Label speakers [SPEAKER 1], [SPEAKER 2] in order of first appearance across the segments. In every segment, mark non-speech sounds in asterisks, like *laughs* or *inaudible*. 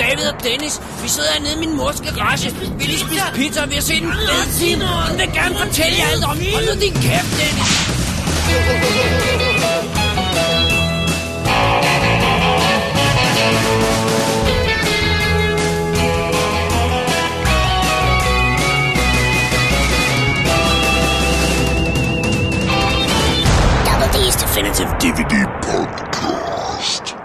[SPEAKER 1] Dennis, vi sidder hernede i min mors garage. Vi lige spise pizza, og vi har set en fed film. Hun vil gerne fortælle jer alt om. Hold nu din kæft, Dennis.
[SPEAKER 2] Double D's Definitive DVD Podcast.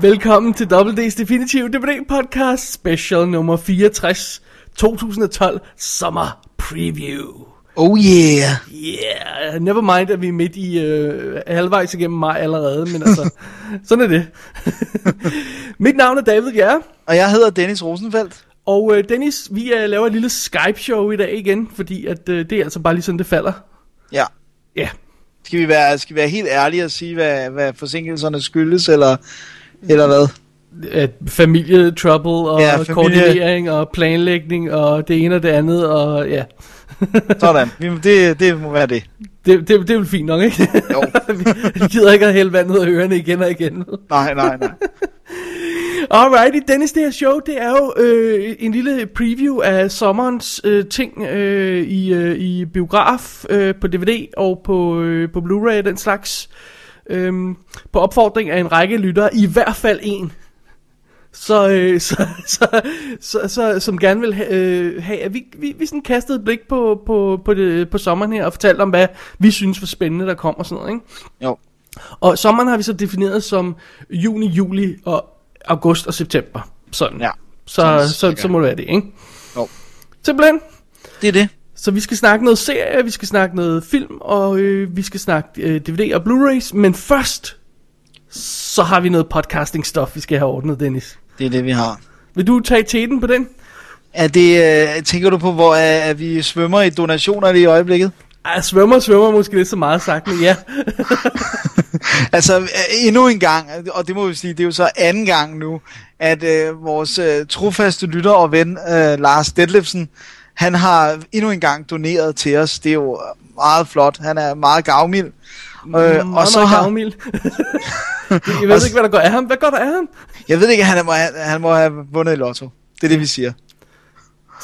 [SPEAKER 3] Velkommen til WD's Definitive DVD Podcast Special nummer 64 2012 Sommer Preview.
[SPEAKER 4] Oh yeah.
[SPEAKER 3] Yeah, never mind, at vi er midt i øh, halvvejs igennem maj allerede, men altså, *laughs* sådan er det. Mit navn er David Gjerre,
[SPEAKER 4] Og jeg hedder Dennis Rosenfeldt.
[SPEAKER 3] og øh, Dennis, vi øh, laver et lille Skype-show i dag igen, fordi at, øh, det er altså bare lige sådan, det falder.
[SPEAKER 4] Ja.
[SPEAKER 3] Ja, yeah.
[SPEAKER 4] Skal vi være, skal vi være helt ærlige og sige, hvad, hvad forsinkelserne skyldes, eller, eller hvad?
[SPEAKER 3] at familietrouble og ja,
[SPEAKER 4] Ja,
[SPEAKER 3] familie...
[SPEAKER 4] familie-
[SPEAKER 3] koordinering og planlægning og det ene og det andet, og ja. *laughs*
[SPEAKER 4] Sådan. Vi- Det, det må være det.
[SPEAKER 3] Det, det, det er vel fint nok, ikke?
[SPEAKER 4] Jo.
[SPEAKER 3] *laughs* Vi gider ikke at hælde vandet ud af ørerne igen og igen.
[SPEAKER 4] Nej, nej, nej.
[SPEAKER 3] Alrighty, Dennis, det her show, det er jo øh, en lille preview af sommerens øh, ting øh, i, øh, i biograf, øh, på DVD og på, øh, på Blu-ray og den slags. Øhm, på opfordring af en række lyttere, i hvert fald en. Så, øh, *laughs* så, så, så, så, som gerne vil ha, øh, have, at vi, vi, vi sådan kastede et blik på, på, på, det, på sommeren her, og fortalte om, hvad vi synes var spændende, der kom og sådan noget, ikke?
[SPEAKER 4] Jo.
[SPEAKER 3] Og sommeren har vi så defineret som juni, juli og august og september. Sådan.
[SPEAKER 4] Ja.
[SPEAKER 3] Så,
[SPEAKER 4] Sådan
[SPEAKER 3] så, så må det være det, ikke?
[SPEAKER 4] Jo.
[SPEAKER 3] Simpelthen.
[SPEAKER 4] Det er det.
[SPEAKER 3] Så vi skal snakke noget serie, vi skal snakke noget film, og øh, vi skal snakke øh, DVD og Blu-rays. Men først, så har vi noget podcasting-stof, vi skal have ordnet, Dennis.
[SPEAKER 4] Det er det, vi har.
[SPEAKER 3] Vil du tage teten på den?
[SPEAKER 4] Er det, øh, tænker du på, hvor øh, at vi svømmer i donationer lige i øjeblikket?
[SPEAKER 3] Ej, svømmer, svømmer måske lidt så meget sagt, men ja.
[SPEAKER 4] Altså, øh, endnu en gang, og det må vi sige, det er jo så anden gang nu, at øh, vores øh, trofaste lytter og ven, øh, Lars Detlefsen, han har endnu en gang doneret til os. Det er jo meget flot. Han er meget gavmild.
[SPEAKER 3] *laughs*
[SPEAKER 4] Øh,
[SPEAKER 3] Meget,
[SPEAKER 4] og så
[SPEAKER 3] meget
[SPEAKER 4] har,
[SPEAKER 3] gavmild. Jeg ved ikke, hvad der går af ham. Hvad går der af ham?
[SPEAKER 4] jeg ved ikke, han må, have- han må have vundet i lotto. Det er det, vi siger.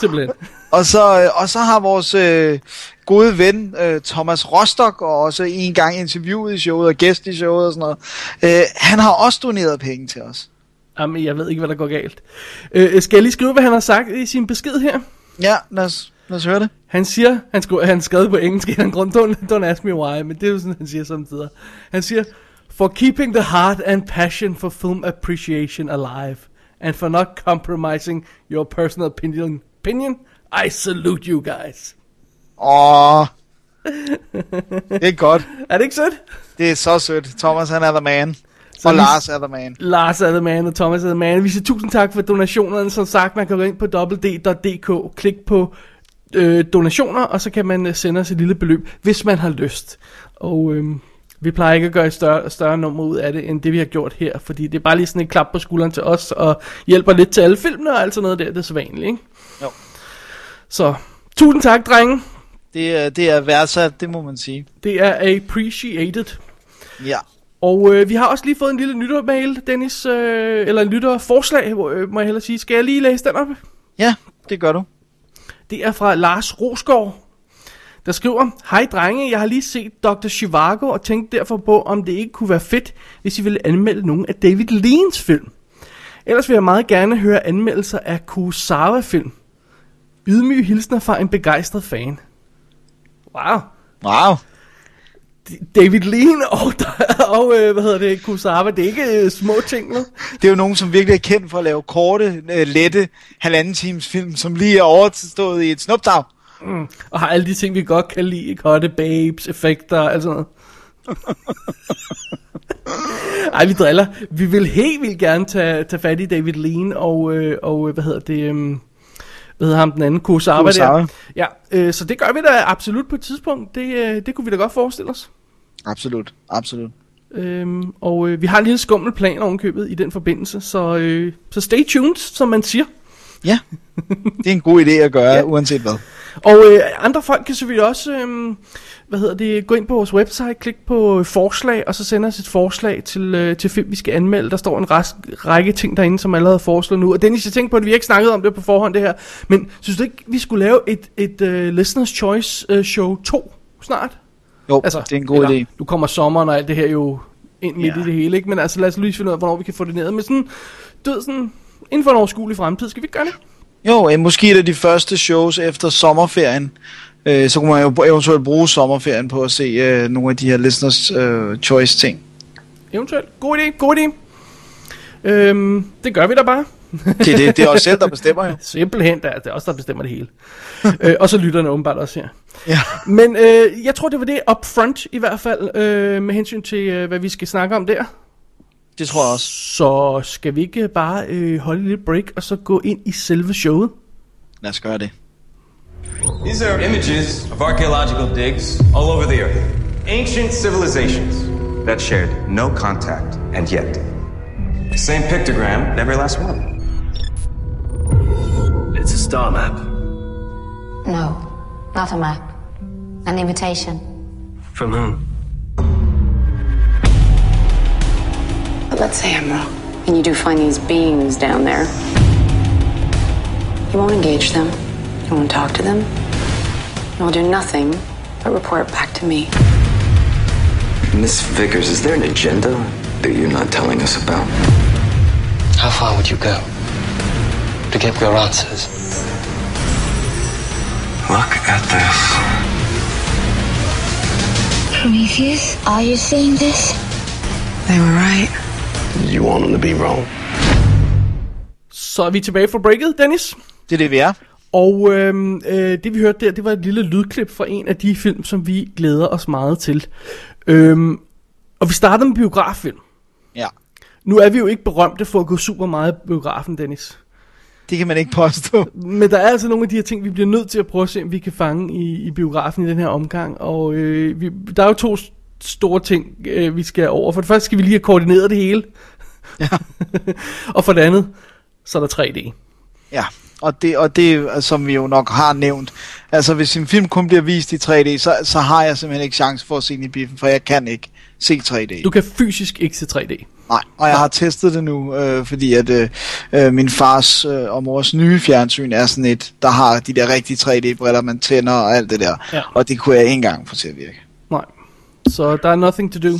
[SPEAKER 3] Simpelthen.
[SPEAKER 4] Og så, øh, og så har vores øh, gode ven øh, Thomas Rostock, og også en gang interviewet i showet og gæst i showet og sådan noget, øh, han har også doneret penge til os.
[SPEAKER 3] Jamen, jeg ved ikke, hvad der går galt. Øh, skal jeg lige skrive, hvad han har sagt i sin besked her?
[SPEAKER 4] Ja, lad os, lad os høre det.
[SPEAKER 3] Han siger, han, skrev, han skrev på engelsk *laughs* i en grund, don't, don't ask me why, men det er jo sådan, han siger samtidig. Han siger, for keeping the heart and passion for film appreciation alive, and for not compromising your personal opinion, opinion I salute you guys. *laughs*
[SPEAKER 4] Åh, det er godt.
[SPEAKER 3] Er det ikke sødt?
[SPEAKER 4] Det er så sødt. Thomas, han er the man.
[SPEAKER 3] Så
[SPEAKER 4] og
[SPEAKER 3] vi-
[SPEAKER 4] Lars er the man.
[SPEAKER 3] Lars Ademan og Thomas Ademan. Vi siger tusind tak for donationerne. Som sagt, man kan gå ind på www.dk, klik på øh, donationer, og så kan man øh, sende os et lille beløb, hvis man har lyst. Og øh, vi plejer ikke at gøre et større, større nummer ud af det, end det vi har gjort her, fordi det er bare lige sådan et klap på skulderen til os, og hjælper lidt til alle filmene og alt sådan noget der, det er så vanligt, ikke?
[SPEAKER 4] Jo.
[SPEAKER 3] Så, tusind tak, drenge.
[SPEAKER 4] Det, er- det er værdsat, det må man sige.
[SPEAKER 3] Det er appreciated.
[SPEAKER 4] Ja.
[SPEAKER 3] Og øh, vi har også lige fået en lille lyttermail, Dennis, øh, eller en lytterforslag, hvor, øh, må jeg hellere sige. Skal jeg lige læse den op?
[SPEAKER 4] Ja, det gør du.
[SPEAKER 3] Det er fra Lars Rosgaard, der skriver, Hej drenge, jeg har lige set Dr. Chivago og tænkte derfor på, om det ikke kunne være fedt, hvis I ville anmelde nogle af David Leans film. Ellers vil jeg meget gerne høre anmeldelser af Kurosawa-film. Ydmyge hilsner fra en begejstret fan. Wow.
[SPEAKER 4] Wow.
[SPEAKER 3] David Lean og, *laughs* og øh, hvad hedder det, Kurosawa, det er ikke øh, små ting, vel?
[SPEAKER 4] Det er jo nogen, som virkelig er kendt for at lave korte, øh, lette, halvanden times film, som lige er overstået i et snuptag.
[SPEAKER 3] Og har alle de ting, vi godt kan lide. Kotte, babes, effekter og alt sådan noget. Ej, vi driller. Vi vil helt vildt gerne tage, tage fat i David Lean og, øh, og øh, hvad hedder det... Øh, hvad hedder ham den anden? Kurosawa,
[SPEAKER 4] Kurosawa.
[SPEAKER 3] der. Ja, øh, så det gør vi da absolut på et tidspunkt. Det, øh, det kunne vi da godt forestille os.
[SPEAKER 4] Absolut, absolut.
[SPEAKER 3] Øhm, og øh, vi har en lille skummel plan ovenkøbet i den forbindelse, så, øh, så stay tuned, som man siger.
[SPEAKER 4] Ja, det er en god idé at gøre,
[SPEAKER 3] Ja.
[SPEAKER 4] ja. uanset hvad.
[SPEAKER 3] Og øh, andre folk kan selvfølgelig også øh, hvad hedder det, gå ind på vores website, klik på øh, forslag, og så send os et forslag til, øh, til film, vi skal anmelde. Der står en rask, række ting derinde, som allerede er foreslået nu. Og Dennis, jeg tænkte på, at vi ikke snakkede om det på forhånd, det her. Men synes du ikke, vi skulle lave et, et uh, Listener's Choice uh, Show 2 snart?
[SPEAKER 4] Jo, altså, det er en god
[SPEAKER 3] eller,
[SPEAKER 4] idé.
[SPEAKER 3] Nu kommer sommeren og alt det her jo ind midt
[SPEAKER 4] Ja.
[SPEAKER 3] i det hele, ikke? Men altså, lad os lige finde ud af, hvornår vi kan få det ned. Men sådan, du ved, sådan, inden for en overskuelig fremtid, skal vi ikke gøre det?
[SPEAKER 4] Jo, øh, måske et af de første shows efter sommerferien. Øh, så kunne man jo eventuelt bruge sommerferien på at se øh, nogle af de her listeners øh, choice *laughs* ting.
[SPEAKER 3] Eventuelt. God idé, god idé. Øhm, det gør vi da bare.
[SPEAKER 4] Det, er det, det er os selv, der bestemmer jo.
[SPEAKER 3] Simpelthen, der, det er os, der bestemmer det hele. øh, og så lytterne åbenbart også her.
[SPEAKER 4] Ja.
[SPEAKER 3] Men øh, jeg tror, det var det upfront i hvert fald, øh, med hensyn til, øh, hvad vi skal snakke om der.
[SPEAKER 4] Det tror jeg også.
[SPEAKER 3] Så skal vi ikke bare øh, holde et lille break, og så gå ind i selve showet?
[SPEAKER 4] Lad os gøre det.
[SPEAKER 5] These are images of archaeological digs all over the earth. Ancient civilizations that shared no contact, and yet. Same pictogram in every last one.
[SPEAKER 6] It's a star map.
[SPEAKER 7] No, not a map. An invitation.
[SPEAKER 6] From whom?
[SPEAKER 8] But let's say I'm wrong. And you do find these beings down there. You won't engage them. You won't talk to them. You will do nothing but report back to me.
[SPEAKER 9] Miss Vickers, is there an agenda that you're not telling us about?
[SPEAKER 6] How far would you go to get your answers?
[SPEAKER 9] Look at this.
[SPEAKER 7] Prometheus, are you seeing this?
[SPEAKER 8] They were right.
[SPEAKER 6] You want them to be wrong.
[SPEAKER 3] Så er vi tilbage fra breaket, Dennis.
[SPEAKER 4] Det er det, vi er.
[SPEAKER 3] Og øhm, øh, det vi hørte der, det var et lille lydklip fra en af de film, som vi glæder os meget til. Øhm, og vi starter med biograffilm.
[SPEAKER 4] Ja.
[SPEAKER 3] Nu er vi jo ikke berømte for at gå super meget i biografen, Dennis.
[SPEAKER 4] Det kan man ikke påstå.
[SPEAKER 3] Men der er altså nogle af de her ting, vi bliver nødt til at prøve at se, om vi kan fange i, i biografen i den her omgang. Og øh, vi, der er jo to s- store ting, øh, vi skal over. For det første skal vi lige have koordineret det hele. Ja. *laughs* og for det andet, så er der 3D.
[SPEAKER 4] Ja, og det, og det, som vi jo nok har nævnt, altså hvis en film kun bliver vist i 3D, så, så har jeg simpelthen ikke chance for at se den i biffen, for jeg kan ikke se 3D.
[SPEAKER 3] Du kan fysisk ikke se 3D.
[SPEAKER 4] Nej, og jeg har testet det nu, øh, fordi at øh, øh, min fars øh, og mors nye fjernsyn er sådan et, der har de der rigtige 3D-briller, man tænder og alt det der.
[SPEAKER 3] Ja.
[SPEAKER 4] Og det kunne jeg ikke engang få til at virke.
[SPEAKER 3] Nej. Så der er nothing to do.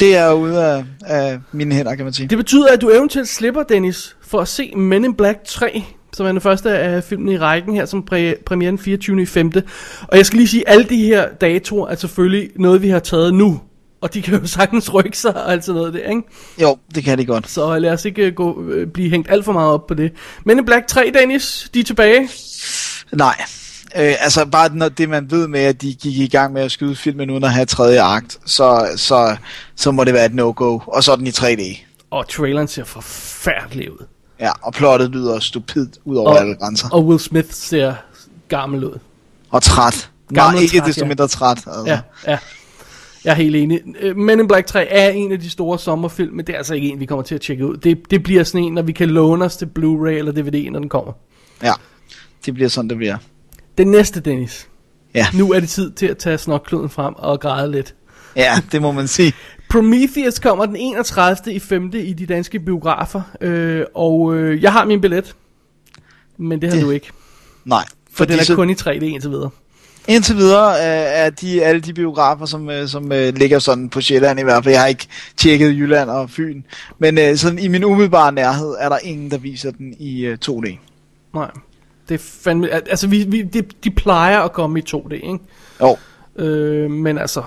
[SPEAKER 4] Det er ude af, af mine hænder, kan man sige.
[SPEAKER 3] Det betyder, at du eventuelt slipper, Dennis, for at se Men in Black 3, som er den første af filmene i rækken her, som præ- premieren 24. i 5. Og jeg skal lige sige, at alle de her datoer er selvfølgelig noget, vi har taget nu. Og de kan jo *laughs* sagtens rykke sig og alt sådan noget der, ikke?
[SPEAKER 4] Jo, det kan det godt.
[SPEAKER 3] Så lad os ikke øh, gå, øh, blive hængt alt for meget op på det. Men in Black 3, Dennis, de er tilbage.
[SPEAKER 4] Nej. Øh, altså bare når det man ved med at de gik i gang med at skyde filmen uden at have tredje akt, så, så, så må det være et no-go. Og så er den i 3D.
[SPEAKER 3] Og traileren ser forfærdelig ud.
[SPEAKER 4] Ja, og plottet lyder stupidt ud over
[SPEAKER 3] Og,
[SPEAKER 4] alle grænser. Og,
[SPEAKER 3] og Will Smith ser gammel ud.
[SPEAKER 4] og træt. Nej,
[SPEAKER 3] Gammel
[SPEAKER 4] ikke
[SPEAKER 3] træt,
[SPEAKER 4] træt, desto
[SPEAKER 3] ja.
[SPEAKER 4] mindre træt. Altså.
[SPEAKER 3] Ja, ja. Jeg er helt enig. Øh, Men in Black 3 er en af de store sommerfilm, men det er altså ikke en, vi kommer til at tjekke ud. Det, det bliver sådan en, når vi kan låne os til Blu-ray eller DVD, når den kommer.
[SPEAKER 4] ja. Det bliver sådan, det bliver. Den...
[SPEAKER 3] Den næste, Dennis.
[SPEAKER 4] Ja.
[SPEAKER 3] Nu er det tid til at tage snokkloden frem og græde lidt.
[SPEAKER 4] ja, det må man sige.
[SPEAKER 3] Prometheus kommer den 31. i 5. i de danske biografer, øh, og øh, jeg har min billet, men det har
[SPEAKER 4] Det-
[SPEAKER 3] du ikke,
[SPEAKER 4] Nej.
[SPEAKER 3] for den
[SPEAKER 4] fordi
[SPEAKER 3] er
[SPEAKER 4] så-
[SPEAKER 3] kun i 3D indtil videre.
[SPEAKER 4] Indtil videre øh, er de, alle de biografer, som, øh, som øh, ligger sådan på Sjælland i hvert fald. Jeg har ikke tjekket Jylland og Fyn. Men øh, sådan i min umiddelbare nærhed er der ingen, der viser den i øh, 2D.
[SPEAKER 3] Nej, det er fandme... al- Altså, vi, vi, de, de plejer at komme i 2D, ikke?
[SPEAKER 4] Jo.
[SPEAKER 3] Øh, men altså,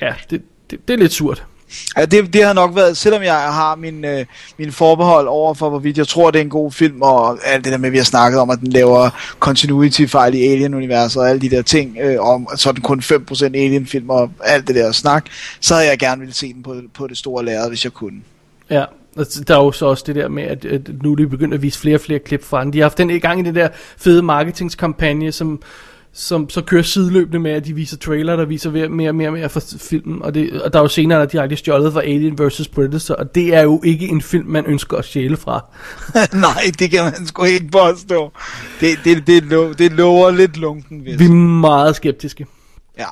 [SPEAKER 3] ja, det, det, det er lidt surt.
[SPEAKER 4] Ja, det, det har nok været, selvom jeg har min, øh, min forbehold over for, hvorvidt jeg tror, det er en god film, og alt det der med, vi har snakket om, at den laver continuity-fejl i Alien-universet og alle de der ting, øh, om så er den kun 5% Alien-film og alt det der snak, så havde jeg gerne ville se den på, på det store lærred, hvis jeg kunne. *laughs*
[SPEAKER 3] Ja, og s- der er jo så også det der med, at, at nu er de begyndt at vise flere og flere klip fra den. De har haft den i gang i den der fede marketingskampagne, som, som så kører sideløbende med, at de viser trailer, der viser ved- mere og mere og mere fra s- filmen. Og, det, og der er jo senere, der er direkte stjålet fra Alien vs. Predator, og det er jo ikke en film, man ønsker at stjæle fra.
[SPEAKER 4] Nej, det kan man sgu ikke påstå. Det, det, det, lo, det lover lidt lunken, hvis.
[SPEAKER 3] Vi er meget skeptiske.
[SPEAKER 4] Ja.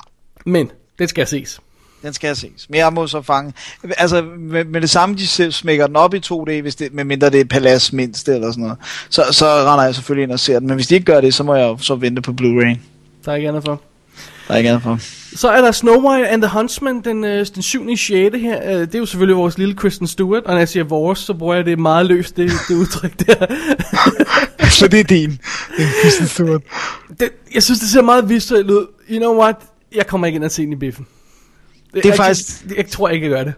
[SPEAKER 3] Men den skal ses.
[SPEAKER 4] Den skal ses. Men jeg må så fange... Altså, med, med det samme, de selv smækker den op i 2D, hvis det, medmindre det er Palace mindst eller sådan noget, så, så render jeg selvfølgelig ind og ser den. Men hvis de ikke gør det, så må jeg jo så vente på Blu-ray.
[SPEAKER 3] Der er ikke andet for.
[SPEAKER 4] Der er ikke andet for.
[SPEAKER 3] Så er der Snow White and the Huntsman den, øh, den 7. 6. her. Øh, det er jo selvfølgelig vores lille Kristen Stewart, og når jeg siger vores, så bruger jeg det meget løst, det, det udtryk
[SPEAKER 4] *laughs*
[SPEAKER 3] der.
[SPEAKER 4] så det er din. Det er Kristen Stewart.
[SPEAKER 3] det, jeg synes, det ser meget visuelt ud. You know what? Jeg kommer ikke ind og se den i biffen.
[SPEAKER 4] er
[SPEAKER 3] jeg,
[SPEAKER 4] faktisk-
[SPEAKER 3] Jeg, jeg tror ikke, jeg gør det.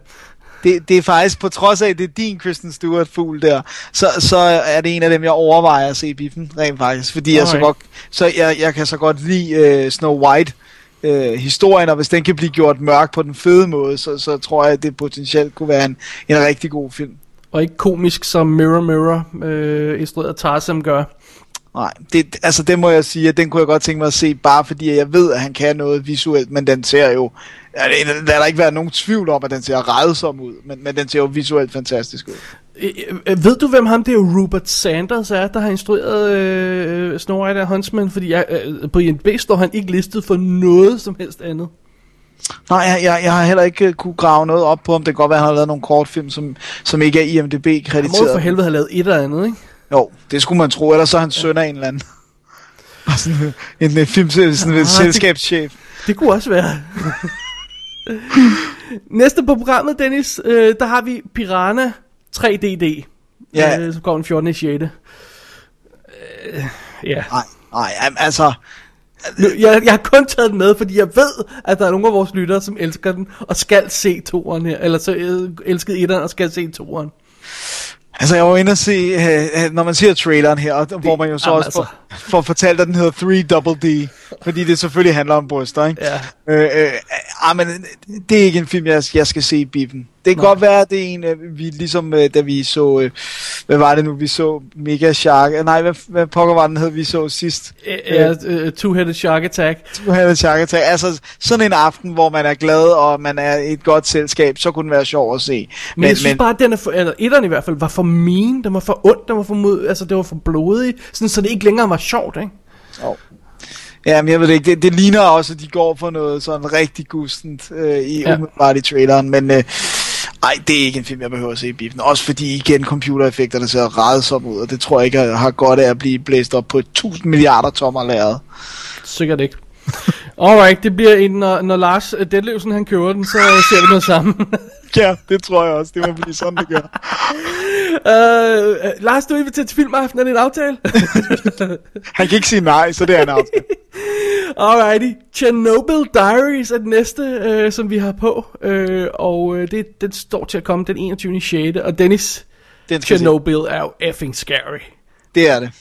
[SPEAKER 4] Det, det er faktisk, på trods af, at det er din Kristen Stewart-fugl der, så, så er det en af dem, jeg overvejer at se i biffen, rent faktisk. Fordi jeg, så
[SPEAKER 3] Alright.
[SPEAKER 4] godt, så jeg, jeg kan så godt lide uh, Snow White-historien, og hvis den kan blive gjort mørk på den fede måde, så, så tror jeg, at det potentielt kunne være en, en rigtig god film.
[SPEAKER 3] Og ikke komisk, som Mirror Mirror øh, instrueret af Tarzan gør.
[SPEAKER 4] Nej, det, altså det må jeg sige, at den kunne jeg godt tænke mig at se, bare fordi jeg ved, at han kan noget visuelt, men den ser jo, ja, det- der er der ikke været nogen tvivl om, at den ser redsom ud, men, men den ser jo visuelt fantastisk ud.
[SPEAKER 3] Øh, øh, ved du, hvem ham det er Rupert Sanders er, der har instrueret øh, Snow White and the Huntsman? Fordi jeg, øh, på IMDb står han ikke listet for noget som helst andet.
[SPEAKER 4] Nej, jeg, jeg, jeg har heller ikke øh, kunne grave noget op på, om det kan godt være, at han har lavet nogle kortfilm, som, som ikke er
[SPEAKER 3] Han må jo for
[SPEAKER 4] IMDB-krediteret.
[SPEAKER 3] helvede have lavet et eller andet, ikke?
[SPEAKER 4] Jo, det skulle man tro, ellers så er han søn af en eller anden. Bare sådan øh, en, en film, sådan en
[SPEAKER 3] det-
[SPEAKER 4] selskabschef.
[SPEAKER 3] Det kunne også *laughs* være. Næste på programmet, Dennis, øh, der har vi Piranha 3DD,
[SPEAKER 4] Ja.
[SPEAKER 3] øh, som går den 14. 6. Øh, ja.
[SPEAKER 4] Nej, nej, am- altså,
[SPEAKER 3] Nu, jeg, jeg har kun taget den med, fordi jeg ved, at der er nogle af vores lyttere, som elsker den, og skal se toeren her, eller så øh, elskede etteren og skal se toeren.
[SPEAKER 4] Altså, jeg var inde og se, øh, øh, når man ser traileren her, og- hvor man jo så
[SPEAKER 3] jamen, altså.
[SPEAKER 4] også får, får fortalt, at den hedder 3 Double D, fordi det selvfølgelig handler om bryster, ikke?
[SPEAKER 3] Ja.
[SPEAKER 4] Øh, øh, ah, men det er ikke en film, jeg, jeg skal se i biffen. Det kan godt være, at det er en, øh, vi ligesom, øh, da vi så, øh, hvad var det nu, vi så Mega Shark, øh, nej, hvad, hvad pokker var den hed, vi så sidst?
[SPEAKER 3] Øh, Ja, øh, Two-Headed Shark Attack.
[SPEAKER 4] Du havde Shark Attack. Altså, sådan en aften, hvor man er glad, og man er i et godt selskab, så kunne den være sjov at se.
[SPEAKER 3] Men, men jeg synes men... bare, at den er for, eller etteren i hvert fald, var for mean, den var for ond, den var for mod, altså det var for blodig, sådan, så det ikke længere var sjovt, ikke?
[SPEAKER 4] Jo. Ja, men jeg ved det ikke. Det, det ligner også, at de går for noget sådan rigtig gustent øh, i
[SPEAKER 3] Ja.
[SPEAKER 4] ja. umiddelbart i traileren, men øh, ej, det er ikke en film, jeg behøver at se i biffen. Også fordi, igen, computereffekterne ser redsomme ud, og det tror jeg ikke jeg har godt af at blive blæst op på 1000 milliarder tommer lærred.
[SPEAKER 3] Sikkert ikke. Alright, det bliver en, når, når Lars øh, Detlevsen han køber den, så øh, ser vi noget *laughs* sammen.
[SPEAKER 4] Ja, det tror jeg også. Det må blive sådan, det gør.
[SPEAKER 3] uh, Lars, du er inviteret til filmaften, er det en *laughs* aftale?
[SPEAKER 4] *laughs* Han kan ikke sige nej, så det er en aftale.
[SPEAKER 3] Alrighty, Chernobyl Diaries er den næste, øh, som vi har på, øh, og øh, det, den står til at komme den 21. 6. Og Dennis,
[SPEAKER 4] Den skal jeg se.
[SPEAKER 3] Chernobyl er jo effing scary.
[SPEAKER 4] Det er det.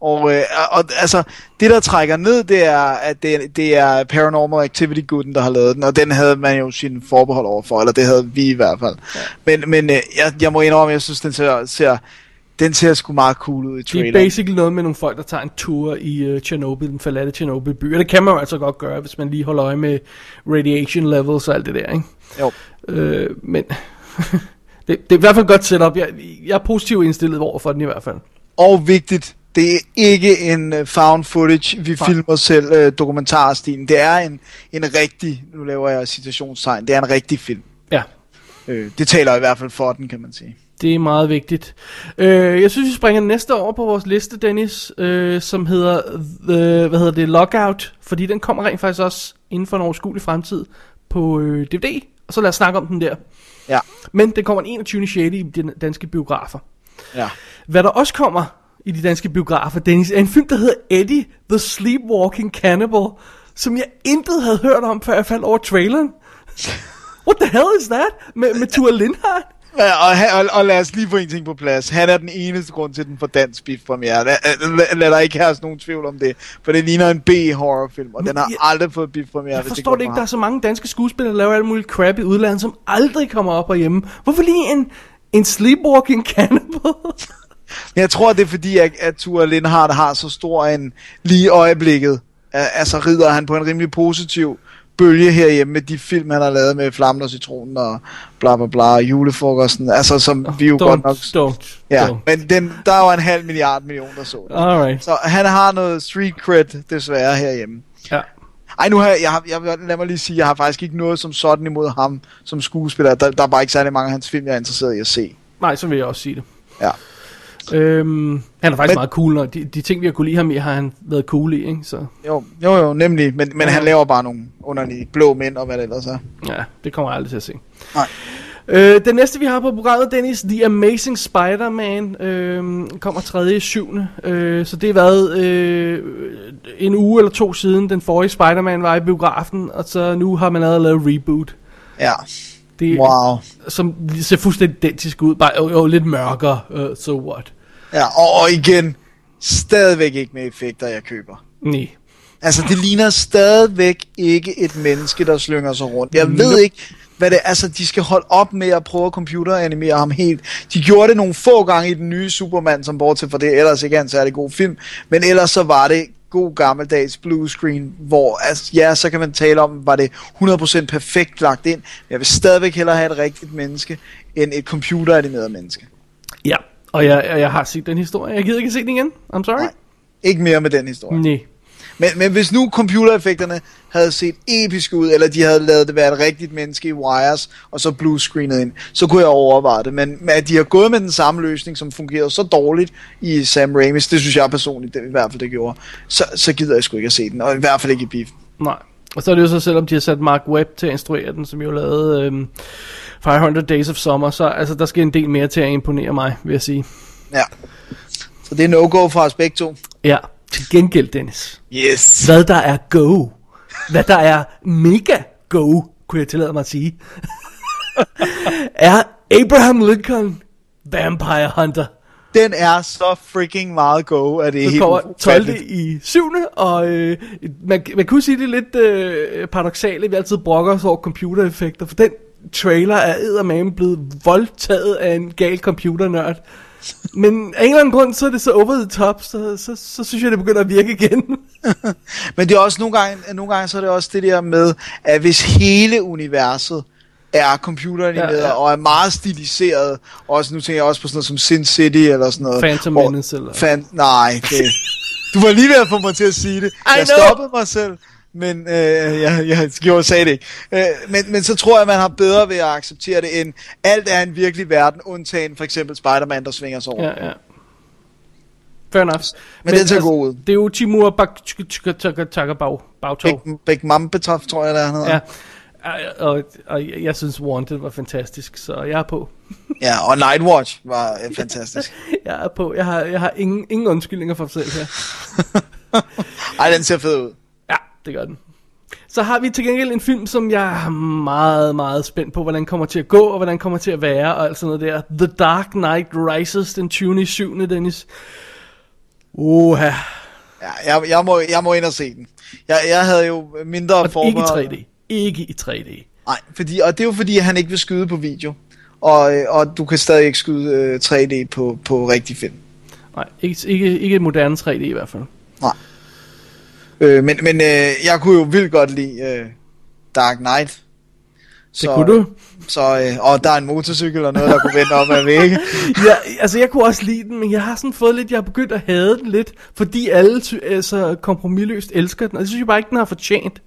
[SPEAKER 4] Og, øh, og altså, det der trækker ned, det er, at det, det er Paranormal Activity gutten, der har lavet den, og den havde man jo sin forbehold overfor, eller det havde vi i hvert fald. Ja. Men, men øh, jeg, jeg må indrømme, jeg synes, den ser, ser, den ser sgu meget cool ud i
[SPEAKER 3] Det er
[SPEAKER 4] traileren.
[SPEAKER 3] basically noget med nogle folk, der tager en tur i øh, Chernobyl, den forladte Chernobyl by, og det kan man jo altså godt gøre, hvis man lige holder øje med radiation levels og alt det der, ikke?
[SPEAKER 4] Jo.
[SPEAKER 3] Øh, men *laughs* det, det er i hvert fald et godt setup. Jeg, jeg er positivt indstillet over for den i hvert fald.
[SPEAKER 4] Og vigtigt, det er ikke en øh, found footage, vi filmer selv øh, dokumentarstilen. Det er en, en rigtig, nu laver jeg citationstegn, det er en rigtig film.
[SPEAKER 3] Ja,
[SPEAKER 4] Øh, det taler i hvert fald for den, kan man sige.
[SPEAKER 3] det er meget vigtigt. Øh, jeg synes, vi springer næste over på vores liste, Dennis, øh, som hedder, the, hvad hedder det, Lockout, fordi den kommer rent faktisk også inden for en overskuelig fremtid på øh, DVD, og så lad os snakke om den der.
[SPEAKER 4] Ja,
[SPEAKER 3] Men den kommer den 21. 6. i de danske biografer.
[SPEAKER 4] ja.
[SPEAKER 3] Hvad der også kommer i de danske biografer, Dennis, er en film, der hedder Eddie, The Sleepwalking Cannibal, som jeg intet havde hørt om, før jeg faldt over traileren. What the hell is that? Med, med Tua Lindhardt?
[SPEAKER 4] Ja, og, ha- og, og lad os lige få en ting på plads. Han er den eneste grund til, at den får dansk bifpremiere. Lad, lad, lad der ikke herske nogen tvivl om det. For det ligner en B-horrorfilm, og den har
[SPEAKER 3] jeg-
[SPEAKER 4] aldrig fået bifpremiere.
[SPEAKER 3] Jeg
[SPEAKER 4] hvis
[SPEAKER 3] forstår det
[SPEAKER 4] kun
[SPEAKER 3] ikke,
[SPEAKER 4] var
[SPEAKER 3] der er så mange danske skuespillere, der laver alt muligt crap i udlandet, som aldrig kommer op herhjemme. Hvorfor lige en, en sleepwalking cannibal?
[SPEAKER 4] ham. Jeg tror, det er fordi, at, at Tua Lindhardt har så stor en lige i øjeblikket. Al- Altså rider han på en rimelig positiv bølge herhjemme med de film, han har lavet med Flammen og Citronen og bla bla bla, og julefrokosten, altså som vi jo
[SPEAKER 3] don't,
[SPEAKER 4] godt nok...
[SPEAKER 3] Don't,
[SPEAKER 4] Ja,
[SPEAKER 3] don't.
[SPEAKER 4] men den, der var en halv milliard million, der så det.
[SPEAKER 3] Alright.
[SPEAKER 4] Så han har noget street cred, desværre, herhjemme.
[SPEAKER 3] Ja.
[SPEAKER 4] Ej, nu har jeg, jeg, har- jeg, lad mig lige sige, jeg har faktisk ikke noget som sådan imod ham som skuespiller. Der, der er bare ikke særlig mange af hans film, jeg er interesseret i at se.
[SPEAKER 3] Nej, så vil jeg også sige det.
[SPEAKER 4] Ja.
[SPEAKER 3] Øhm, han er faktisk
[SPEAKER 4] Men-
[SPEAKER 3] Men... meget cool, og de, de ting, vi har kunne lide ham i, har han været cool i, ikke? Så
[SPEAKER 4] Jo, jo, jo, nemlig. Men, men han laver bare nogle underlige blå mænd og hvad det ellers er.
[SPEAKER 3] ja, det kommer jeg aldrig til at se.
[SPEAKER 4] Nej.
[SPEAKER 3] Øh, den næste, vi har på programmet, Dennis, The Amazing Spider-Man, øh, kommer 3. 7. Øh, så det har været øh, en uge eller to siden, den forrige Spider-Man var i biografen, og så nu har man allerede lavet reboot.
[SPEAKER 4] Ja.
[SPEAKER 3] Det,
[SPEAKER 4] Wow.
[SPEAKER 3] Som ser fuldstændig identisk ud, bare jo, jo, lidt mørkere, uh, so what.
[SPEAKER 4] Ja, og, og igen, stadigvæk ikke med effekter, jeg køber.
[SPEAKER 3] Nej.
[SPEAKER 4] Altså, det ligner stadigvæk ikke et menneske, der slynger sig rundt. Jeg ved ikke, hvad det er. Altså, de skal holde op med at prøve at computeranimere ham helt. De gjorde det nogle få gange i den nye Superman, som bortset fra det ellers ikke er en særlig god film. Men ellers så var det god gammeldags blue screen, hvor altså, ja, så kan man tale om, var det 100% perfekt lagt ind. Men jeg vil stadigvæk hellere have et rigtigt menneske, end et computeranimeret menneske.
[SPEAKER 3] Ja, og jeg, jeg, jeg har set den historie. Jeg gider ikke se den igen. I'm sorry.
[SPEAKER 4] Nej. Ikke mere med den historie.
[SPEAKER 3] Nej.
[SPEAKER 4] Men, men hvis nu computereffekterne havde set episke ud, eller de havde lavet det være et rigtigt menneske i wires, og så bluescreenet ind, så kunne jeg overveje det. Men men at de har gået med den samme løsning, som fungerede så dårligt i Sam Raimis, det synes jeg personligt, det, i hvert fald det gjorde, så, så gider jeg sgu ikke at se den, og i hvert fald ikke i beef.
[SPEAKER 3] Nej. Og så er det jo så, selvom de har sat Mark Webb til at instruere den, som jo lavede øhm, 500 Days of Summer, så altså, der skal en del mere til at imponere mig, vil jeg sige.
[SPEAKER 4] Ja. Så det er no-go fra os begge to.
[SPEAKER 3] Ja, til gengæld, Dennis.
[SPEAKER 4] Yes.
[SPEAKER 3] Hvad der er go. Hvad der er mega go, kunne jeg tillade mig at *laughs* sige. er Abraham Lincoln Vampire Hunter.
[SPEAKER 4] Den er så freaking meget go, at det er
[SPEAKER 3] Det
[SPEAKER 4] helt
[SPEAKER 3] kommer 12.
[SPEAKER 4] ufatteligt.
[SPEAKER 3] i 7. Og øh, man, man kunne sige, det er lidt øh, paradoxalt, at vi altid brokker os over computereffekter, for den trailer er eddermame blevet voldtaget af en gal computernørd. Men af en eller anden grund, så er det så over the top, så, så, så synes jeg, det begynder at virke igen.
[SPEAKER 4] *laughs* Men det er også nogle gange, nogle gange så er det også det der med, at hvis hele universet er computeranimeret ja,
[SPEAKER 3] Ja,
[SPEAKER 4] ja.
[SPEAKER 3] ja.
[SPEAKER 4] og er meget stiliseret, også nu tænker jeg også på sådan noget som Sin City eller sådan noget.
[SPEAKER 3] Phantom
[SPEAKER 4] hvor-
[SPEAKER 3] Menace eller-
[SPEAKER 4] Fan, nej, det, du var lige ved at få mig til at sige det. jeg
[SPEAKER 3] know.
[SPEAKER 4] stoppede mig selv. Men øh, jeg, jeg gjorde, sagde det ikke. Øh, men, men så tror jeg, man har bedre ved at acceptere det, end alt er en virkelig verden, undtagen for eksempel Spider-Man, der svinger sig over.
[SPEAKER 3] Ja, ja. Fair enough.
[SPEAKER 4] Men den ser god ud.
[SPEAKER 3] Det er jo Timur Bagtog. Bagtog.
[SPEAKER 4] Big, Big Mampetov, tror jeg, der han hedder.
[SPEAKER 3] Ja. Og- Og, og jeg, jeg synes Wanted var fantastisk, så jeg er på.
[SPEAKER 4] ja, og Nightwatch var øh, fantastisk.
[SPEAKER 3] *laughs* Jeg er på. Jeg har, jeg har ingen, ingen undskyldninger for mig selv her.
[SPEAKER 4] Ej, den ser fed ud.
[SPEAKER 3] Ja, det gør den. Så har vi til gengæld en film, som jeg er meget, meget spændt på, hvordan kommer til at gå, og hvordan kommer til at være, og alt sådan noget der. The Dark Knight Rises den 20. 7. Dennis. Oha.
[SPEAKER 4] Ja, jeg, jeg, må, jeg må ind og se den. Jeg, jeg havde jo mindre
[SPEAKER 3] Og ikke i
[SPEAKER 4] forberedt.
[SPEAKER 3] 3D. Ikke i 3D.
[SPEAKER 4] Nej, fordi, og det er jo fordi, han ikke vil skyde på video. Og, øh, og du kan stadig ikke skyde øh, 3D på, på rigtig film.
[SPEAKER 3] Nej, ikke, ikke, ikke moderne 3D i hvert fald.
[SPEAKER 4] Nej. Øh, men men øh, jeg kunne jo vildt godt lide øh, Dark Knight.
[SPEAKER 3] Det kunne du.
[SPEAKER 4] Så, øh, og der er en motorcykel og noget, der kunne vende op ad vægge.
[SPEAKER 3] *laughs* Ja, altså jeg kunne også lide den, men jeg har sådan fået lidt, jeg har begyndt at hade den lidt, fordi alle ty- altså, kompromilløst elsker den, og det synes jeg bare ikke, den har fortjent.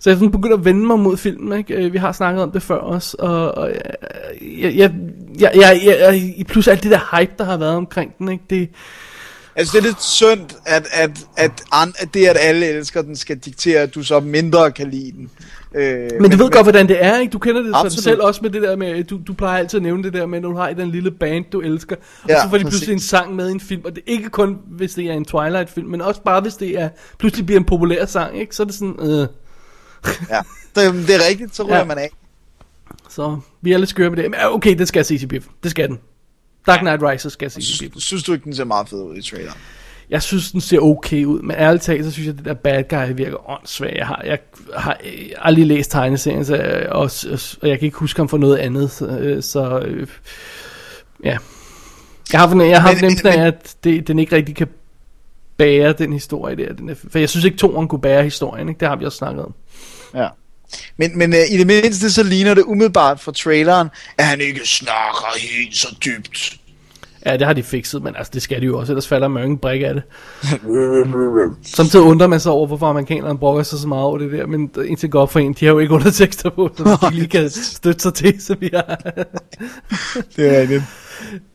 [SPEAKER 3] Så jeg er sådan begyndt at vende mig mod filmen, ikke? Øh, Vi har snakket om det før også, og, og øh, jeg, jeg, jeg, jeg, jeg, jeg, plus alt det der hype, der har været omkring den, ikke? Det,
[SPEAKER 4] Altså det er lidt synd, at, at, at, an, at det, at alle elsker den, skal diktere, at du så mindre kan lide den. Øh,
[SPEAKER 3] men, du ved godt, hvordan det er, ikke? Du kender det fra dig
[SPEAKER 4] Absolut.
[SPEAKER 3] selv også med det der med, du, du plejer altid at nævne det der med, når du har i den lille band, du elsker, og
[SPEAKER 4] Ja,
[SPEAKER 3] så får de pludselig en
[SPEAKER 4] præcis.
[SPEAKER 3] sang med i en film, og det er ikke kun, hvis det er en Twilight-film, men også bare, hvis det er, pludselig bliver en populær sang, ikke? Så er det sådan, øh,
[SPEAKER 4] Ja, det, det er rigtigt, så ryger ja.
[SPEAKER 3] Ja.
[SPEAKER 4] man af.
[SPEAKER 3] så vi er lidt skøre med det. Men øh, okay, det skal jeg ses i biffen. Det skal den. Dark Knight Rises skal jeg ses i biffen.
[SPEAKER 4] Synes, synes du ikke, den ser meget fed ud i traileren?
[SPEAKER 3] Jeg synes, den ser okay ud, men ærligt talt, så synes jeg, at det der bad guy virker åndssvagt. Jeg har, jeg har øh, aldrig læst tegneserien, så, øh, og, og, og jeg kan ikke huske ham for noget andet, så, øh, så øh, ja. Jeg har, fornem, jeg har
[SPEAKER 4] Men-
[SPEAKER 3] fornemmelsen af,
[SPEAKER 4] men-
[SPEAKER 3] at det, den ikke rigtig kan bære den historie der. Den er, for jeg synes ikke, toren kunne bære historien, ikke? det har vi også snakket om.
[SPEAKER 4] Ja. Men, men øh, i det mindste, så ligner det umiddelbart fra traileren, at han ikke snakker helt så dybt.
[SPEAKER 3] Ja, det har de fikset, men altså, det skal de jo også, ellers falder mange brik af det. Samtidig undrer man sig over, hvorfor amerikanerne brokker sig så meget over det der, men indtil det går op for en, de har jo ikke undertekster på, så de lige kan støtte sig til, så vi har...
[SPEAKER 4] Det er rigtigt.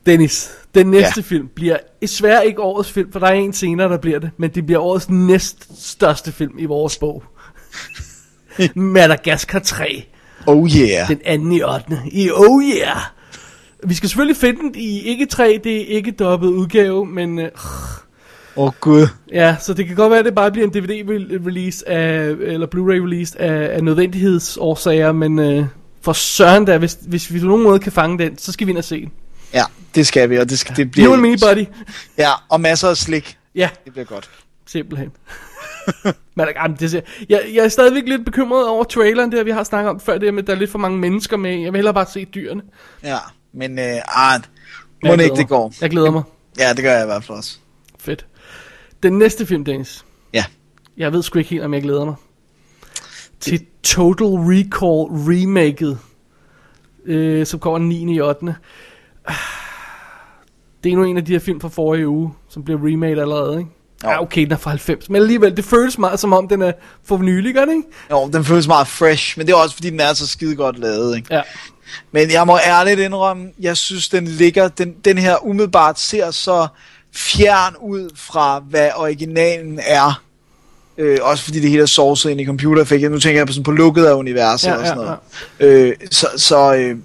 [SPEAKER 3] Dennis, den næste ja. film bliver desværre ikke årets film, for der er en senere, der bliver det, men det bliver årets næst største film i vores bog. Madagascar 3,
[SPEAKER 4] Oh yeah.
[SPEAKER 3] den anden i 8. I oh yeah! Vi skal selvfølgelig finde den i ikke 3D, ikke dobbet udgave, men øh,
[SPEAKER 4] Åh oh, gud.
[SPEAKER 3] ja, så det kan godt være, at det bare bliver en DVD-release af, eller Blu-ray-release af, af nødvendighedsårsager, men øh, for søren da, hvis, hvis vi på nogen måde kan fange den, så skal vi ind og se den.
[SPEAKER 4] Ja, det skal vi, og det, skal, det bliver...
[SPEAKER 3] You and me, buddy.
[SPEAKER 4] Ja, og masser af slik.
[SPEAKER 3] Ja,
[SPEAKER 4] Det bliver godt. *laughs*
[SPEAKER 3] Simpelthen. Men jamen, det ser, jeg, jeg er stadigvæk lidt bekymret over traileren, det her, vi har snakket om før, det her med, at der er lidt for mange mennesker med. Jeg vil hellere bare se dyrene. Men
[SPEAKER 4] Ja, men øh, ah,
[SPEAKER 3] jeg
[SPEAKER 4] må det
[SPEAKER 3] glæder
[SPEAKER 4] ikke det
[SPEAKER 3] mig.
[SPEAKER 4] går.
[SPEAKER 3] Jeg glæder mig.
[SPEAKER 4] Ja, det gør jeg i hvert fald også.
[SPEAKER 3] Fedt. Den næste film, Dennis.
[SPEAKER 4] Ja.
[SPEAKER 3] Jeg ved sgu ikke helt, om jeg glæder mig. Til Total Recall remaket, øh, som kommer den 9. i 8. Det er nu en af de her film fra forrige uge, som bliver remade allerede, ikke?
[SPEAKER 4] Jo.
[SPEAKER 3] Ja, okay, den er fra 90, men alligevel, det føles meget som om, den er for nylig, gør det ikke?
[SPEAKER 4] Jo, den føles meget fresh, men det er også fordi, den er så skide godt lavet, ikke?
[SPEAKER 3] Ja.
[SPEAKER 4] Men jeg må ærligt indrømme, jeg synes, den ligger, den, den her umiddelbart ser så fjern ud fra, hvad originalen er. Øh, også fordi det hele er sourcet ind i computereffekter. Nu tænker jeg på, sådan, på lukket af universet
[SPEAKER 3] Ja,
[SPEAKER 4] og
[SPEAKER 3] ja,
[SPEAKER 4] sådan noget. Øh, så så øh,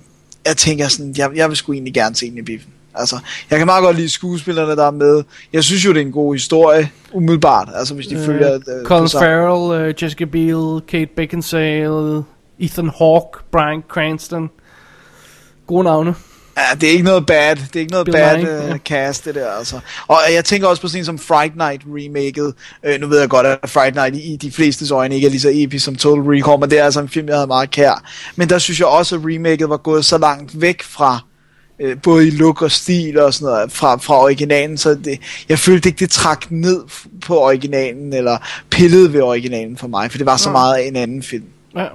[SPEAKER 4] jeg tænker sådan, jeg, jeg vil sgu egentlig gerne se den i biffen. Altså, jeg kan meget godt lide skuespillerne, der er med. Jeg synes jo, det er en god historie, umiddelbart. Altså, hvis de øh, følger...
[SPEAKER 3] Øh, Colin
[SPEAKER 4] på samme-
[SPEAKER 3] Farrell, øh, Jessica Biel, Kate Beckinsale, Ethan Hawke, Brian Cranston. Gode navne.
[SPEAKER 4] Ja, det er ikke noget bad. Det er ikke noget
[SPEAKER 3] Bill
[SPEAKER 4] bad
[SPEAKER 3] Nye,
[SPEAKER 4] øh,
[SPEAKER 3] ja.
[SPEAKER 4] cast, det der, altså. Og jeg tænker også på sådan en som Fright Night remaket. Øh, nu ved jeg godt, at Fright Night i, i de flestes øjne ikke er lige så episk som Total Recall, men det er altså en film, jeg havde meget kær. Men der synes jeg også, at remaket var gået så langt væk fra øh, både i look og stil og sådan noget, fra, fra originalen, så det, jeg følte ikke, det trak ned f- på originalen, eller pillede ved originalen for mig, for det var så meget af en anden film.
[SPEAKER 3] Ja.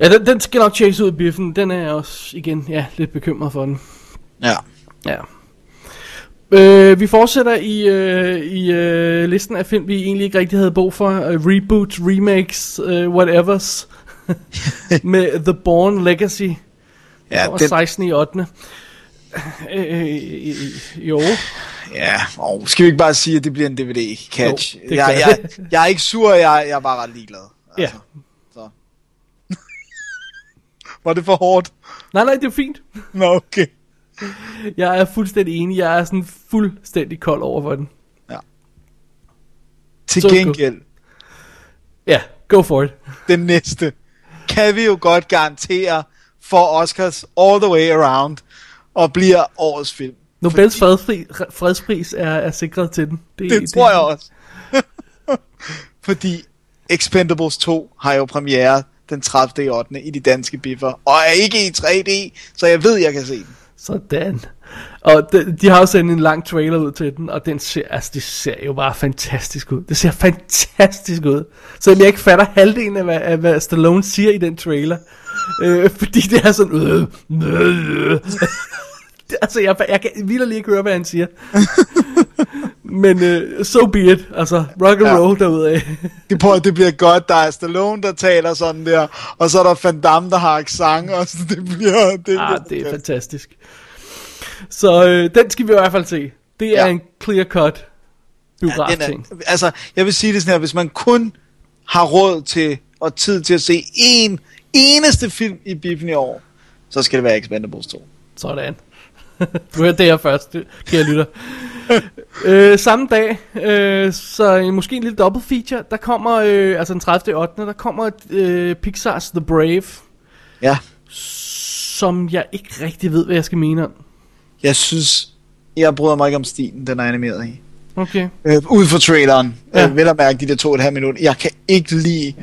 [SPEAKER 3] Ja, den, den skal nok chase ud i biffen. Den er jeg også, igen, ja, lidt bekymret for den.
[SPEAKER 4] Ja.
[SPEAKER 3] Ja. Øh, vi fortsætter i, øh, i øh, listen af film, vi egentlig ikke rigtig havde brug for. Øh, reboots, remakes, øh,
[SPEAKER 4] *laughs*
[SPEAKER 3] whatevers. med The Born Legacy.
[SPEAKER 4] Ja,
[SPEAKER 3] Og
[SPEAKER 4] den,
[SPEAKER 3] 16 i 8. Øh, øh, øh, jo.
[SPEAKER 4] Ja, og skal vi ikke bare sige, at det bliver en DVD-catch?
[SPEAKER 3] Jo,
[SPEAKER 4] Jo,
[SPEAKER 3] det
[SPEAKER 4] jeg,
[SPEAKER 3] gør
[SPEAKER 4] jeg, jeg er ikke sur, jeg, jeg er bare ret ligeglad. Altså,
[SPEAKER 3] Ja.
[SPEAKER 4] Så. Var det for hårdt?
[SPEAKER 3] Nej, nej, det er jo fint.
[SPEAKER 4] Nå, okay.
[SPEAKER 3] Jeg er fuldstændig enig. Jeg er sådan fuldstændig kold over for den.
[SPEAKER 4] Til
[SPEAKER 3] Så er det
[SPEAKER 4] gengæld,
[SPEAKER 3] Ja, go for it.
[SPEAKER 4] den næste, kan vi jo godt garantere for Oscars all the way around, og bliver årets film.
[SPEAKER 3] Nobels fredspris, fredspris er, er sikret til den.
[SPEAKER 4] Det tror jeg også. *laughs* Fordi Expendables 2 har jo premiere den 30. i 8. i de danske biffer, og er ikke i 3D, så jeg ved, jeg kan se den.
[SPEAKER 3] Sådan. Og de, de har jo sendt en lang trailer ud til den, og den ser, altså, det ser jo bare fantastisk ud. Det ser fantastisk ud. Så jeg ikke fatter halvdelen af, hvad, af, hvad Stallone siger i den trailer. øh, fordi det er sådan... Øh, øh, *laughs* øh. Det- altså, jeg, jeg kan vildt lige ikke høre, hvad han
[SPEAKER 4] *laughs*
[SPEAKER 3] siger. Men øh, so be it. Altså, rock and
[SPEAKER 4] Ja.
[SPEAKER 3] roll derudad.
[SPEAKER 4] Det, prøver, det bliver godt, der er Stallone, der taler sådan der, og så er der Van Damme, der har accent, og så det bliver... Det, bliver
[SPEAKER 3] ah, det er fantastisk. Så øh, den skal vi i hvert fald se. Det er
[SPEAKER 4] Ja.
[SPEAKER 3] en clear-cut biograf
[SPEAKER 4] Den er-
[SPEAKER 3] ting.
[SPEAKER 4] altså, jeg vil sige det sådan her, hvis man kun har råd til og tid til at se en eneste film i biffen i år, så skal det være Expendables 2.
[SPEAKER 3] Sådan. du hørte det her først, det- kære
[SPEAKER 4] *laughs*
[SPEAKER 3] lytter. øh, samme dag, øh, så en- måske en lille dobbelt feature, der kommer, øh, altså den 30. 8. der kommer øh, Pixar's The Brave,
[SPEAKER 4] Ja,
[SPEAKER 3] som jeg ikke rigtig ved, hvad jeg skal mene om.
[SPEAKER 4] jeg synes, jeg bryder mig ikke om stilen, den er animeret i.
[SPEAKER 3] Okay.
[SPEAKER 4] øh, ud fra traileren,
[SPEAKER 3] Ja.
[SPEAKER 4] ja. øh, vel at mærke de der to og et halvt minut. Jeg kan ikke lide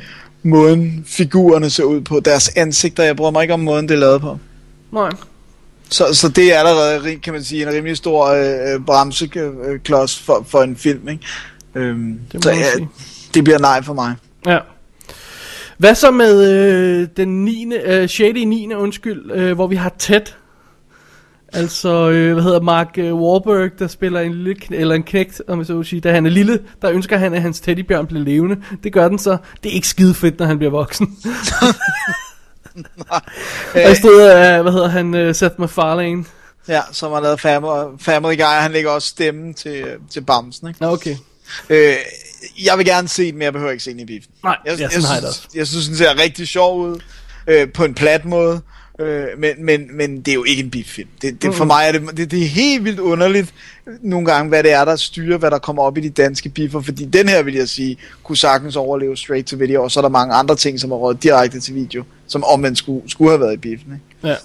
[SPEAKER 4] måden figurerne ser ud på, deres ansigter, jeg bryder mig ikke om måden, det er lavet på.
[SPEAKER 3] Nej.
[SPEAKER 4] Så, så det er allerede, rim- kan man sige, en rimelig stor øh, øh, bremseklods for, for en film, ikke? Øhm,
[SPEAKER 3] Det må
[SPEAKER 4] så
[SPEAKER 3] man
[SPEAKER 4] ja,
[SPEAKER 3] sige.
[SPEAKER 4] det bliver nej for mig.
[SPEAKER 3] Ja. Hvad så med øh, den 9., øh, 6. i 9. undskyld, øh, hvor vi har tæt Altså, øh, hvad hedder Mark øh, Warburg, der spiller en lille kn- eller en knægt, om jeg så vil sige, da han er lille, der ønsker han, at hans teddybjørn bliver levende. Det gør den så. Det er ikke skide fedt, når han bliver *laughs* voksen. Og i stedet af, hvad hedder han, øh, Seth MacFarlane.
[SPEAKER 4] Ja, som har lavet Family, Family Guy, han lægger også stemmen til, øh, til Bamsen. Ikke?
[SPEAKER 3] Nå, okay.
[SPEAKER 4] Øh, jeg vil gerne se den, men jeg behøver ikke se den i biffen.
[SPEAKER 3] Nej,
[SPEAKER 4] jeg,
[SPEAKER 3] ja, sådan har jeg det
[SPEAKER 4] synes,
[SPEAKER 3] også.
[SPEAKER 4] jeg synes, den ser rigtig sjov ud, øh, på en plat måde, øh, men, men, men det er jo ikke en biffilm. Det, det,
[SPEAKER 3] Mm.
[SPEAKER 4] for mig er det, det, det er helt vildt underligt nogle gange, hvad det er, der styrer, hvad der kommer op i de danske biffer, fordi den her, vil jeg sige, kunne sagtens overleve straight to video, og så er der mange andre ting, som er råd direkte til video, som om man skulle, skulle have været i biffen. Ikke?
[SPEAKER 3] Ja.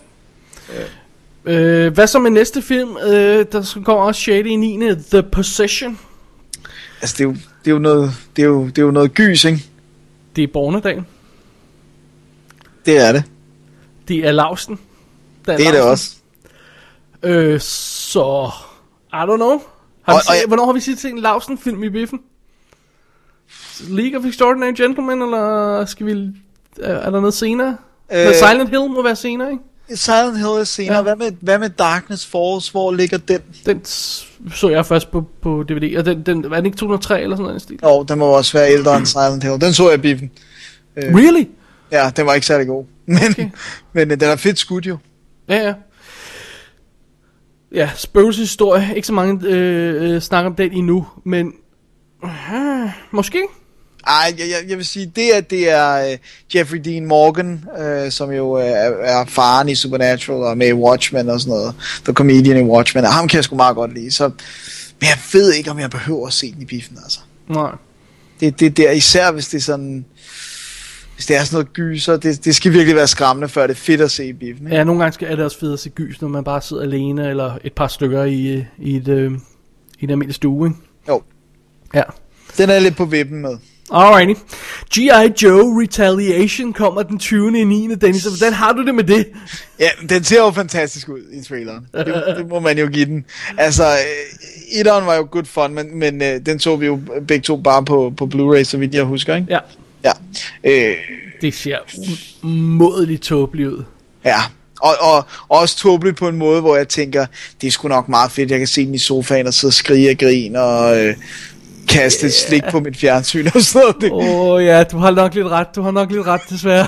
[SPEAKER 3] Øh, hvad så med næste film? Øh, der kommer også 6. i 9. The Possession.
[SPEAKER 4] Altså, det er jo, det er jo, noget, det er jo, det er jo noget gys, ikke?
[SPEAKER 3] Det er Bornedal.
[SPEAKER 4] Det er det.
[SPEAKER 3] Det er Lausten.
[SPEAKER 4] Det er det også.
[SPEAKER 3] Øh, så... I don't know. Har
[SPEAKER 4] Og-
[SPEAKER 3] vi set,
[SPEAKER 4] og jeg-
[SPEAKER 3] Hvornår har vi set set en Lausen-film i biffen? League of Extraordinary Gentlemen, eller skal vi... Er er der noget senere? Øh,
[SPEAKER 4] Øh,
[SPEAKER 3] Silent Hill må være senere, ikke?
[SPEAKER 4] Silent Hill er senere.
[SPEAKER 3] Ja.
[SPEAKER 4] Ja. Hvad, med, hvad med Darkness Falls? Hvor ligger den?
[SPEAKER 3] Den s- så jeg først på, på DVD, og den, den, var den ikke 203 eller sådan noget? i den stil?
[SPEAKER 4] Jo, den må også være ældre end Silent Hill. Den så jeg i biffen. Øh.
[SPEAKER 3] Really?
[SPEAKER 4] Ja, den var ikke særlig god. *laughs* Men,
[SPEAKER 3] Okay.
[SPEAKER 4] okay. men øh, den er fedt skudt jo.
[SPEAKER 3] Ja, ja. Ja, spøgelseshistorie. Ikke så mange øh, øh, snakker om den endnu, men... Uh, måske?
[SPEAKER 4] Ej, jeg, jeg, jeg vil sige, det at det er øh, Jeffrey Dean Morgan, øh, som jo øh, er, er faren i Supernatural og er med i Watchmen og sådan noget. The Comedian i Watchmen. Og ham kan jeg sgu meget godt lide. Så, men jeg ved ikke, om jeg behøver at se den i biffen, altså.
[SPEAKER 3] Nej.
[SPEAKER 4] Det, det der, især hvis det er sådan... Hvis det er sådan noget gyser, det, det skal virkelig være skræmmende, før det er fedt at se i biffen. Ikke?
[SPEAKER 3] Ja, nogle gange skal- er det også fedt at se gys, når man bare sidder alene, eller et par stykker i, øh, i, et, øh, i en almindelig stue, ikke?
[SPEAKER 4] Jo,
[SPEAKER 3] Ja.
[SPEAKER 4] den er lidt på vippen med.
[SPEAKER 3] Alrighty. G.I. Joe Retaliation kommer den 20. i 9. Dennis, og hvordan har du det med det?
[SPEAKER 4] Ja, den ser jo fantastisk ud i traileren. Det, det må man jo give den. Altså, øh, etteren var jo good fun, men, men øh, den så vi jo begge to bare på, på Blu-ray, så vidt jeg husker, ikke?
[SPEAKER 3] Ja,
[SPEAKER 4] Ja. Øh,
[SPEAKER 3] det ser umådeligt tåbeligt ud.
[SPEAKER 4] ja. Og, og, og også tåbeligt på en måde, hvor jeg tænker, det er sgu nok meget fedt, jeg kan se den i sofaen og sidde og skrige og grine og øh, kaste yeah. et slik på mit fjernsyn og sådan noget. Det,
[SPEAKER 3] Åh oh, ja, du har nok lidt ret, du har nok lidt ret, desværre.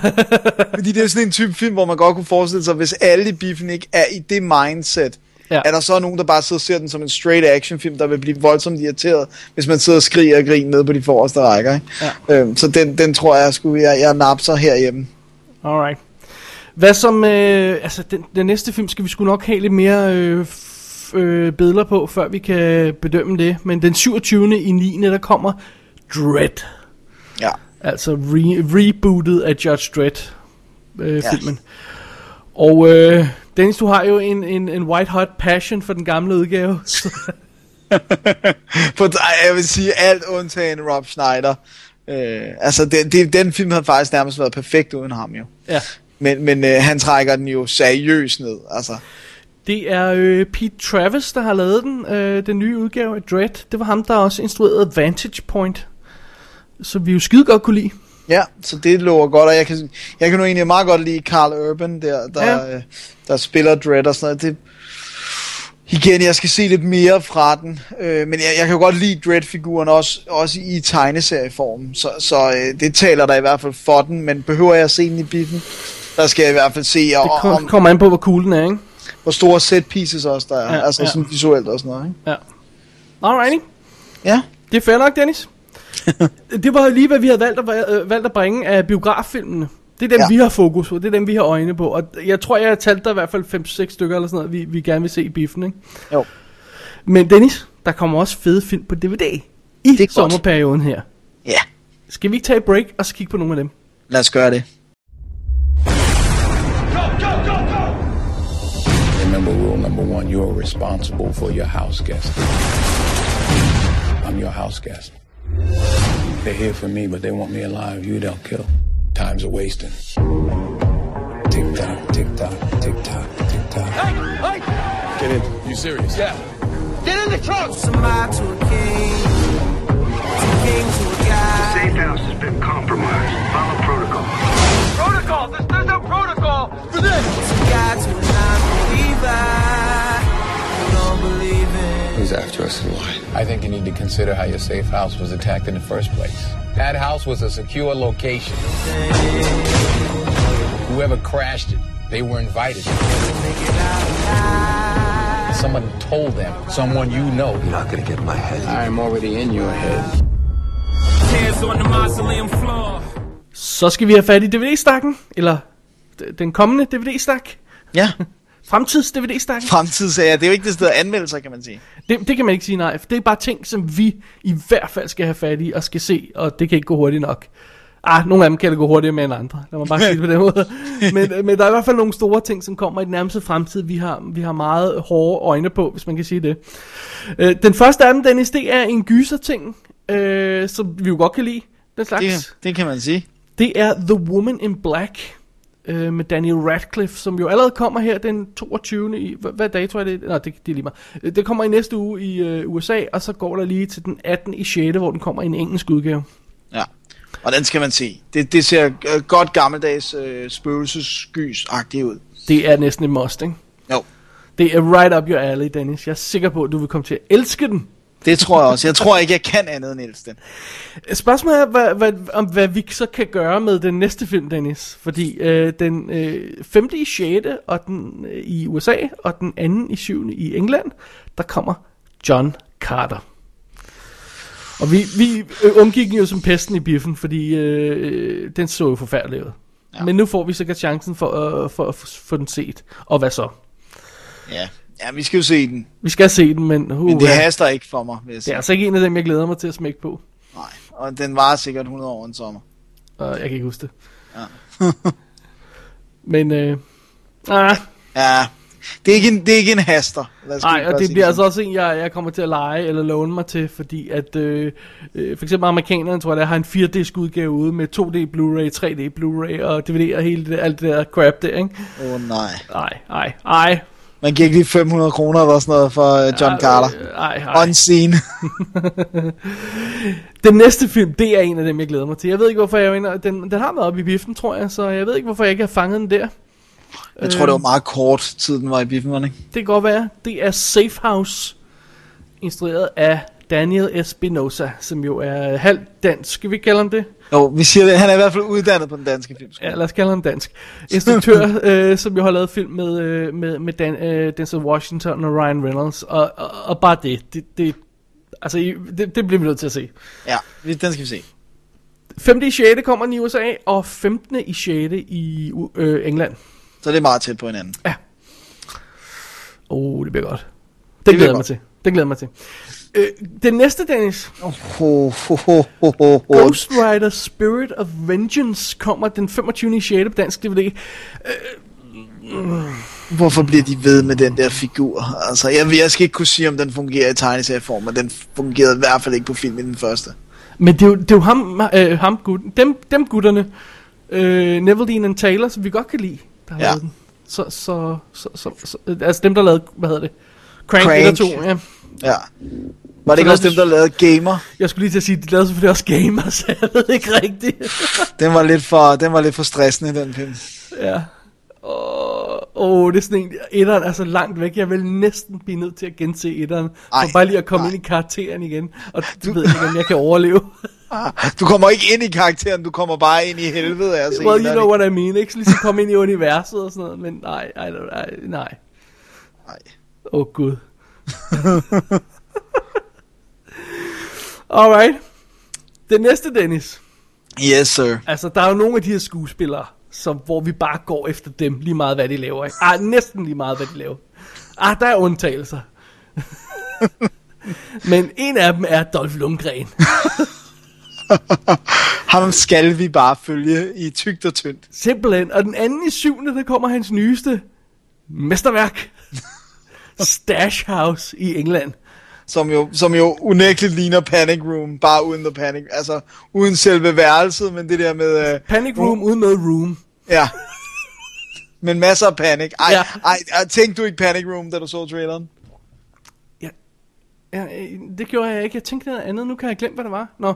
[SPEAKER 4] Fordi det er sådan en type film, hvor man godt kunne forestille sig, hvis alle i biffen ikke er i det mindset,
[SPEAKER 3] Ja.
[SPEAKER 4] ja. er der så nogen, der bare sidder og ser den som en straight action film, der vil blive voldsomt irriteret, hvis man sidder og skriger og griner nede på de forreste rækker. Ikke? Ja. Øhm, så den, den tror jeg, skulle jeg, jeg napser herhjemme.
[SPEAKER 3] Alright. Hvad som, øh, altså den, den næste film skal vi sgu nok have lidt mere øh, f- øh, billeder på, før vi kan bedømme det. Men den 27. i 9. der kommer Dread.
[SPEAKER 4] *laughs* Ja.
[SPEAKER 3] Altså re- rebootet af Judge Dredd øh, filmen. Og øh, Dennis, du har jo en, en, en white hot passion for den gamle udgave. *laughs*
[SPEAKER 4] For der- jeg vil sige alt undtagen Rob Schneider. Øh, altså, det, det, den film havde faktisk nærmest været perfekt uden ham jo.
[SPEAKER 3] ja.
[SPEAKER 4] Men, men øh, han trækker den jo seriøst ned. Altså,
[SPEAKER 3] Det er øh, Pete Travis, der har lavet den, øh, den nye udgave af Dread. Det var ham, der også instruerede Vantage Point. Så vi jo skide godt kunne lide.
[SPEAKER 4] Ja, så det lover godt, og jeg kan, jeg kan nu egentlig meget godt lide Carl Urban, der, der,
[SPEAKER 3] Ja.
[SPEAKER 4] ja. der spiller Dredd og sådan noget. Det, igen, jeg skal se lidt mere fra den, øh, men jeg, jeg kan jo godt lide Dredd-figuren også, også i tegneserieformen, så, så øh, det taler der i hvert fald for den, men behøver jeg at se den i biffen? Der skal jeg i hvert fald se, og,
[SPEAKER 3] Det kom,
[SPEAKER 4] om,
[SPEAKER 3] kommer an på, hvor cool den er, ikke?
[SPEAKER 4] hvor store set pieces også der er,
[SPEAKER 3] Ja,
[SPEAKER 4] ja, altså
[SPEAKER 3] ja.
[SPEAKER 4] ja. sådan visuelt og sådan noget. Ikke?
[SPEAKER 3] Ja. Alrighty.
[SPEAKER 4] Ja,
[SPEAKER 3] Det er fair nok, Dennis.
[SPEAKER 4] *laughs*
[SPEAKER 3] det var jo lige, hvad vi havde valgt at, øh, valgt at bringe af biograffilmene. Det er dem, ja.
[SPEAKER 4] Ja.
[SPEAKER 3] vi har fokus på. Det er dem, vi har øjne på. Og jeg tror, jeg talte der i hvert fald 5-6 stykker eller sådan noget, vi, vi gerne vil se i biffen, ikke?
[SPEAKER 4] jo.
[SPEAKER 3] Men Dennis, der kommer også fede film på DVD i
[SPEAKER 4] godt.
[SPEAKER 3] sommerperioden her.
[SPEAKER 4] Ja,
[SPEAKER 3] Skal vi ikke tage et break og så kigge på nogle af dem?
[SPEAKER 4] lad os gøre det.
[SPEAKER 10] Remember rule number one you are responsible for your house guest. I'm your house guest. They're here for me, but they want me alive. You don't kill. Time's a wasting. Tick tock, tick tock, tick tock, tick tock. Get in. You serious? Yeah.
[SPEAKER 9] Safe house has been compromised. Follow protocol.
[SPEAKER 11] Protocol! There's, there's no protocol for this!
[SPEAKER 9] who's after us and why.
[SPEAKER 10] I think you need to consider how your safe house was attacked in the first place. That house was a secure location. Whoever crashed it, they were invited. Someone told them, someone you know. You're
[SPEAKER 9] not gonna get in my head.
[SPEAKER 10] I am already in your head.
[SPEAKER 3] Så skal vi have fat i DVD-stakken, eller d- den kommende DVD-stak.
[SPEAKER 4] Ja,
[SPEAKER 3] Fremtids-DVD-stakken.
[SPEAKER 4] fremtidssager. Det er jo ikke det sted at anmelde sig, kan man sige.
[SPEAKER 3] Det, det kan man ikke sige nej, for det er bare ting, som vi i hvert fald skal have fat i og skal se, og det kan ikke gå hurtigt nok. Ah, nogle af dem kan det gå hurtigere med end andre, lad mig bare sige det på den måde. Men, men der er i hvert fald nogle store ting, som kommer i den nærmeste fremtid, vi har, vi har meget hårde øjne på, hvis man kan sige det. Øh, den første af dem, Dennis, det er en gyser-ting, øh, som vi jo godt kan lide, den slags.
[SPEAKER 4] Det, det kan man sige.
[SPEAKER 3] Det er The Woman in Black øh, med Daniel Radcliffe, som jo allerede kommer her den 22. i... Hvad, hvad dato er det? Nå, det, det er lige meget. Øh, Det kommer i næste uge i øh, USA, og så går der lige til den 18. i 6., hvor den kommer i en engelsk udgave.
[SPEAKER 4] Ja. Og den skal man se. Det, det ser øh, godt gammeldags øh, spøgelsesgys-agtigt ud.
[SPEAKER 3] Det er næsten et must, ikke?
[SPEAKER 4] Jo,
[SPEAKER 3] Det er right up your alley, Dennis. Jeg er sikker på, at du vil komme til at elske den.
[SPEAKER 4] det tror jeg også. Jeg tror ikke, jeg kan andet end elske den.
[SPEAKER 3] Spørgsmålet er, hvad, hvad, om hvad vi så kan gøre med den næste film, Dennis. Fordi øh, den øh, 5. i 6. Og den, øh, i USA, og den anden i 7. i England, der kommer John Carter. Og vi, vi øh, undgik den jo som pesten i biffen, fordi øh, den så jo forfærdelig ud. Ja. Men nu får vi sikkert chancen for, øh, for at få den set. Og hvad så?
[SPEAKER 4] Ja. ja, vi skal jo se den.
[SPEAKER 3] Vi skal se den, men, uh,
[SPEAKER 4] Men det haster ikke for mig, vil jeg
[SPEAKER 3] det er
[SPEAKER 4] sige.
[SPEAKER 3] altså ikke en af dem, jeg glæder mig til at smække på.
[SPEAKER 4] Nej. Og den varer sikkert 100 år en sommer.
[SPEAKER 3] Og jeg kan ikke huske det. *laughs* Men, øh, ah,
[SPEAKER 4] Ja, det er ikke en, det er ikke en haster. Lad os
[SPEAKER 3] nej,
[SPEAKER 4] lige
[SPEAKER 3] og
[SPEAKER 4] bare
[SPEAKER 3] det
[SPEAKER 4] sige
[SPEAKER 3] bliver altså
[SPEAKER 4] sådan.
[SPEAKER 3] også en, jeg, jeg kommer til at lege eller låne mig til, fordi at, øh, øh, for eksempel amerikanerne, tror jeg, der har en 4-disk udgave ude med 2D Blu-ray, 3D Blu-ray og DVD og hele det, alt det der crap der, ikke?
[SPEAKER 4] Åh oh, nej.
[SPEAKER 3] Nej, nej, nej.
[SPEAKER 4] Man giver ikke lige 500 kroner eller sådan noget for øh, John Carter.
[SPEAKER 3] Nej, nej. *laughs*
[SPEAKER 4] Unseen.
[SPEAKER 3] Den næste film, det er en af dem, jeg glæder mig til. Jeg ved ikke, hvorfor jeg er inde, og den, den har været oppe i biffen, tror jeg, så jeg ved ikke, hvorfor jeg ikke har fanget den der.
[SPEAKER 4] Jeg tror, det var meget kort tid, den var i biffen, var den ikke?
[SPEAKER 3] Det kan godt være. Det er Safe House, instrueret af Daniel Espinosa, som jo er øh, halv dansk. Skal vi kalde ham det?
[SPEAKER 4] Jo, vi siger det. Han er i hvert fald uddannet på den danske filmskole.
[SPEAKER 3] Ja, lad os kalde ham dansk. Instruktør, øh, som jo har lavet film med, øh, med, med Dan, øh, Denzel Washington og Ryan Reynolds. Og, og, og bare det. Det, det, altså, I- det, det bliver vi nødt til at se.
[SPEAKER 4] Ja, vi- den skal vi se.
[SPEAKER 3] 5. i 6. kommer den i USA, og 15. i 6. i U- øh, England.
[SPEAKER 4] Så det er meget tæt på hinanden.
[SPEAKER 3] Åh, oh, det bliver godt. Det,
[SPEAKER 4] bliver
[SPEAKER 3] det glæder jeg mig
[SPEAKER 4] godt.
[SPEAKER 3] til. Det glæder jeg mig til. Øh, den næste, Dennis,
[SPEAKER 4] Ho, ho, ho, ho, ho, ho.
[SPEAKER 3] Ghost Rider Spirit of Vengeance kommer den 25. i 6. på dansk DVD.
[SPEAKER 4] Hvorfor bliver de ved med den der figur? Altså, jeg, jeg skal ikke kunne sige, om den fungerer i tegneserieform, men den fungerede i hvert fald ikke på filmen den første.
[SPEAKER 3] Men det er jo, det er jo ham, øh, ham gutten, dem, dem gutterne, øh, Neville Dean and Taylor, som vi godt kan lide, der har
[SPEAKER 4] Ja.
[SPEAKER 3] ja. lavet den. Så, så, så, så, så, altså dem, der lavede, hvad hedder det? Crank,
[SPEAKER 4] Crank.
[SPEAKER 3] Crank. 1 og 2, ja.
[SPEAKER 4] Ja. Var det ikke
[SPEAKER 3] lad
[SPEAKER 4] også
[SPEAKER 3] os-
[SPEAKER 4] dem, der lavede Gamer?
[SPEAKER 3] Jeg skulle lige til at sige, de lavede selvfølgelig også Gamers, *laughs* jeg ved ikke rigtigt.
[SPEAKER 4] Den var lidt for, den var lidt for stressende, den film.
[SPEAKER 3] Ja. Og, åh, det er sådan en, etteren er så langt væk, jeg vil næsten blive nødt til at gense etteren,
[SPEAKER 4] Ej,
[SPEAKER 3] for bare lige at komme
[SPEAKER 4] nej.
[SPEAKER 3] ind i karakteren igen, og du ved jeg ikke, om jeg kan overleve.
[SPEAKER 4] Du kommer ikke ind i karakteren, du kommer bare ind i helvede af at se
[SPEAKER 3] Well, you
[SPEAKER 4] den,
[SPEAKER 3] know
[SPEAKER 4] ikke?
[SPEAKER 3] what I mean, ikke? Så ligesom komme ind i universet og sådan noget, men nej, nej, nej, nej.
[SPEAKER 4] Nej.
[SPEAKER 3] Åh, oh, Gud. Alright. Den næste, Dennis.
[SPEAKER 4] Yes, sir.
[SPEAKER 3] Altså, der er jo nogle af de her skuespillere, som, hvor vi bare går efter dem lige meget, hvad de laver. Ikke? Ah, næsten lige meget, hvad de laver. Ah, der er undtagelser. *laughs* men en af dem er Dolph Lundgren.
[SPEAKER 4] Ham skal vi bare følge i tygt og tyndt.
[SPEAKER 3] Simpelthen. Og den anden i syvende, der kommer hans nyeste *laughs* mesterværk. Stash House i England.
[SPEAKER 4] som jo, som jo unægteligt ligner Panic Room, bare uden the panic, altså uden selve værelset, men det der med, øh,
[SPEAKER 3] Panic Room uden noget room.
[SPEAKER 4] ja, men masser af panic. Ej, ja.
[SPEAKER 3] Ja.
[SPEAKER 4] ej, ej, tænkte du ikke Panic Room, da du så traileren?
[SPEAKER 3] Ja, øh, det gjorde jeg ikke. Jeg tænkte noget andet. Nu kan jeg glemme, hvad det var. Nå.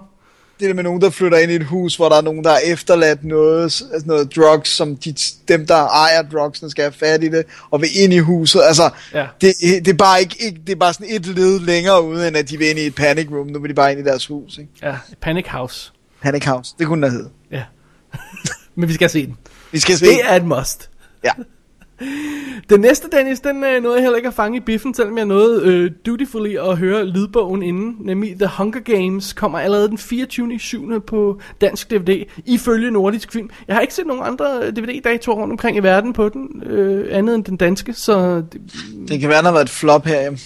[SPEAKER 4] det der med nogen, der flytter ind i et hus, hvor der er nogen, der er efterladt noget, altså noget drugs, som de, dem, der ejer drugsene, skal have fat i det, og vil ind i huset. Altså,
[SPEAKER 3] Ja.
[SPEAKER 4] ja. det, det, er bare ikke, ikke, det er bare sådan et led længere ude, end at de vil ind i et panic room. Nu vil de bare ind i deres hus. Ikke?
[SPEAKER 3] Ja, Panic House.
[SPEAKER 4] Panic House, det kunne den hedde.
[SPEAKER 3] Ja. *laughs* Men vi skal se den.
[SPEAKER 4] Vi skal se.
[SPEAKER 3] Det er et must.
[SPEAKER 4] Ja.
[SPEAKER 3] Den næste, Dennis, den øh, nåede jeg heller ikke at fange i biffen, selvom jeg nåede øh, dutifully at høre lydbogen inden, nemlig The Hunger Games, kommer allerede den 24. 7. på dansk DVD, ifølge Nordisk Film. Jeg har ikke set nogen andre øh, DVD-datoer rundt omkring i verden på den, øh, andet end den danske, så det,
[SPEAKER 4] Det kan være, der har været et flop her. Jamen.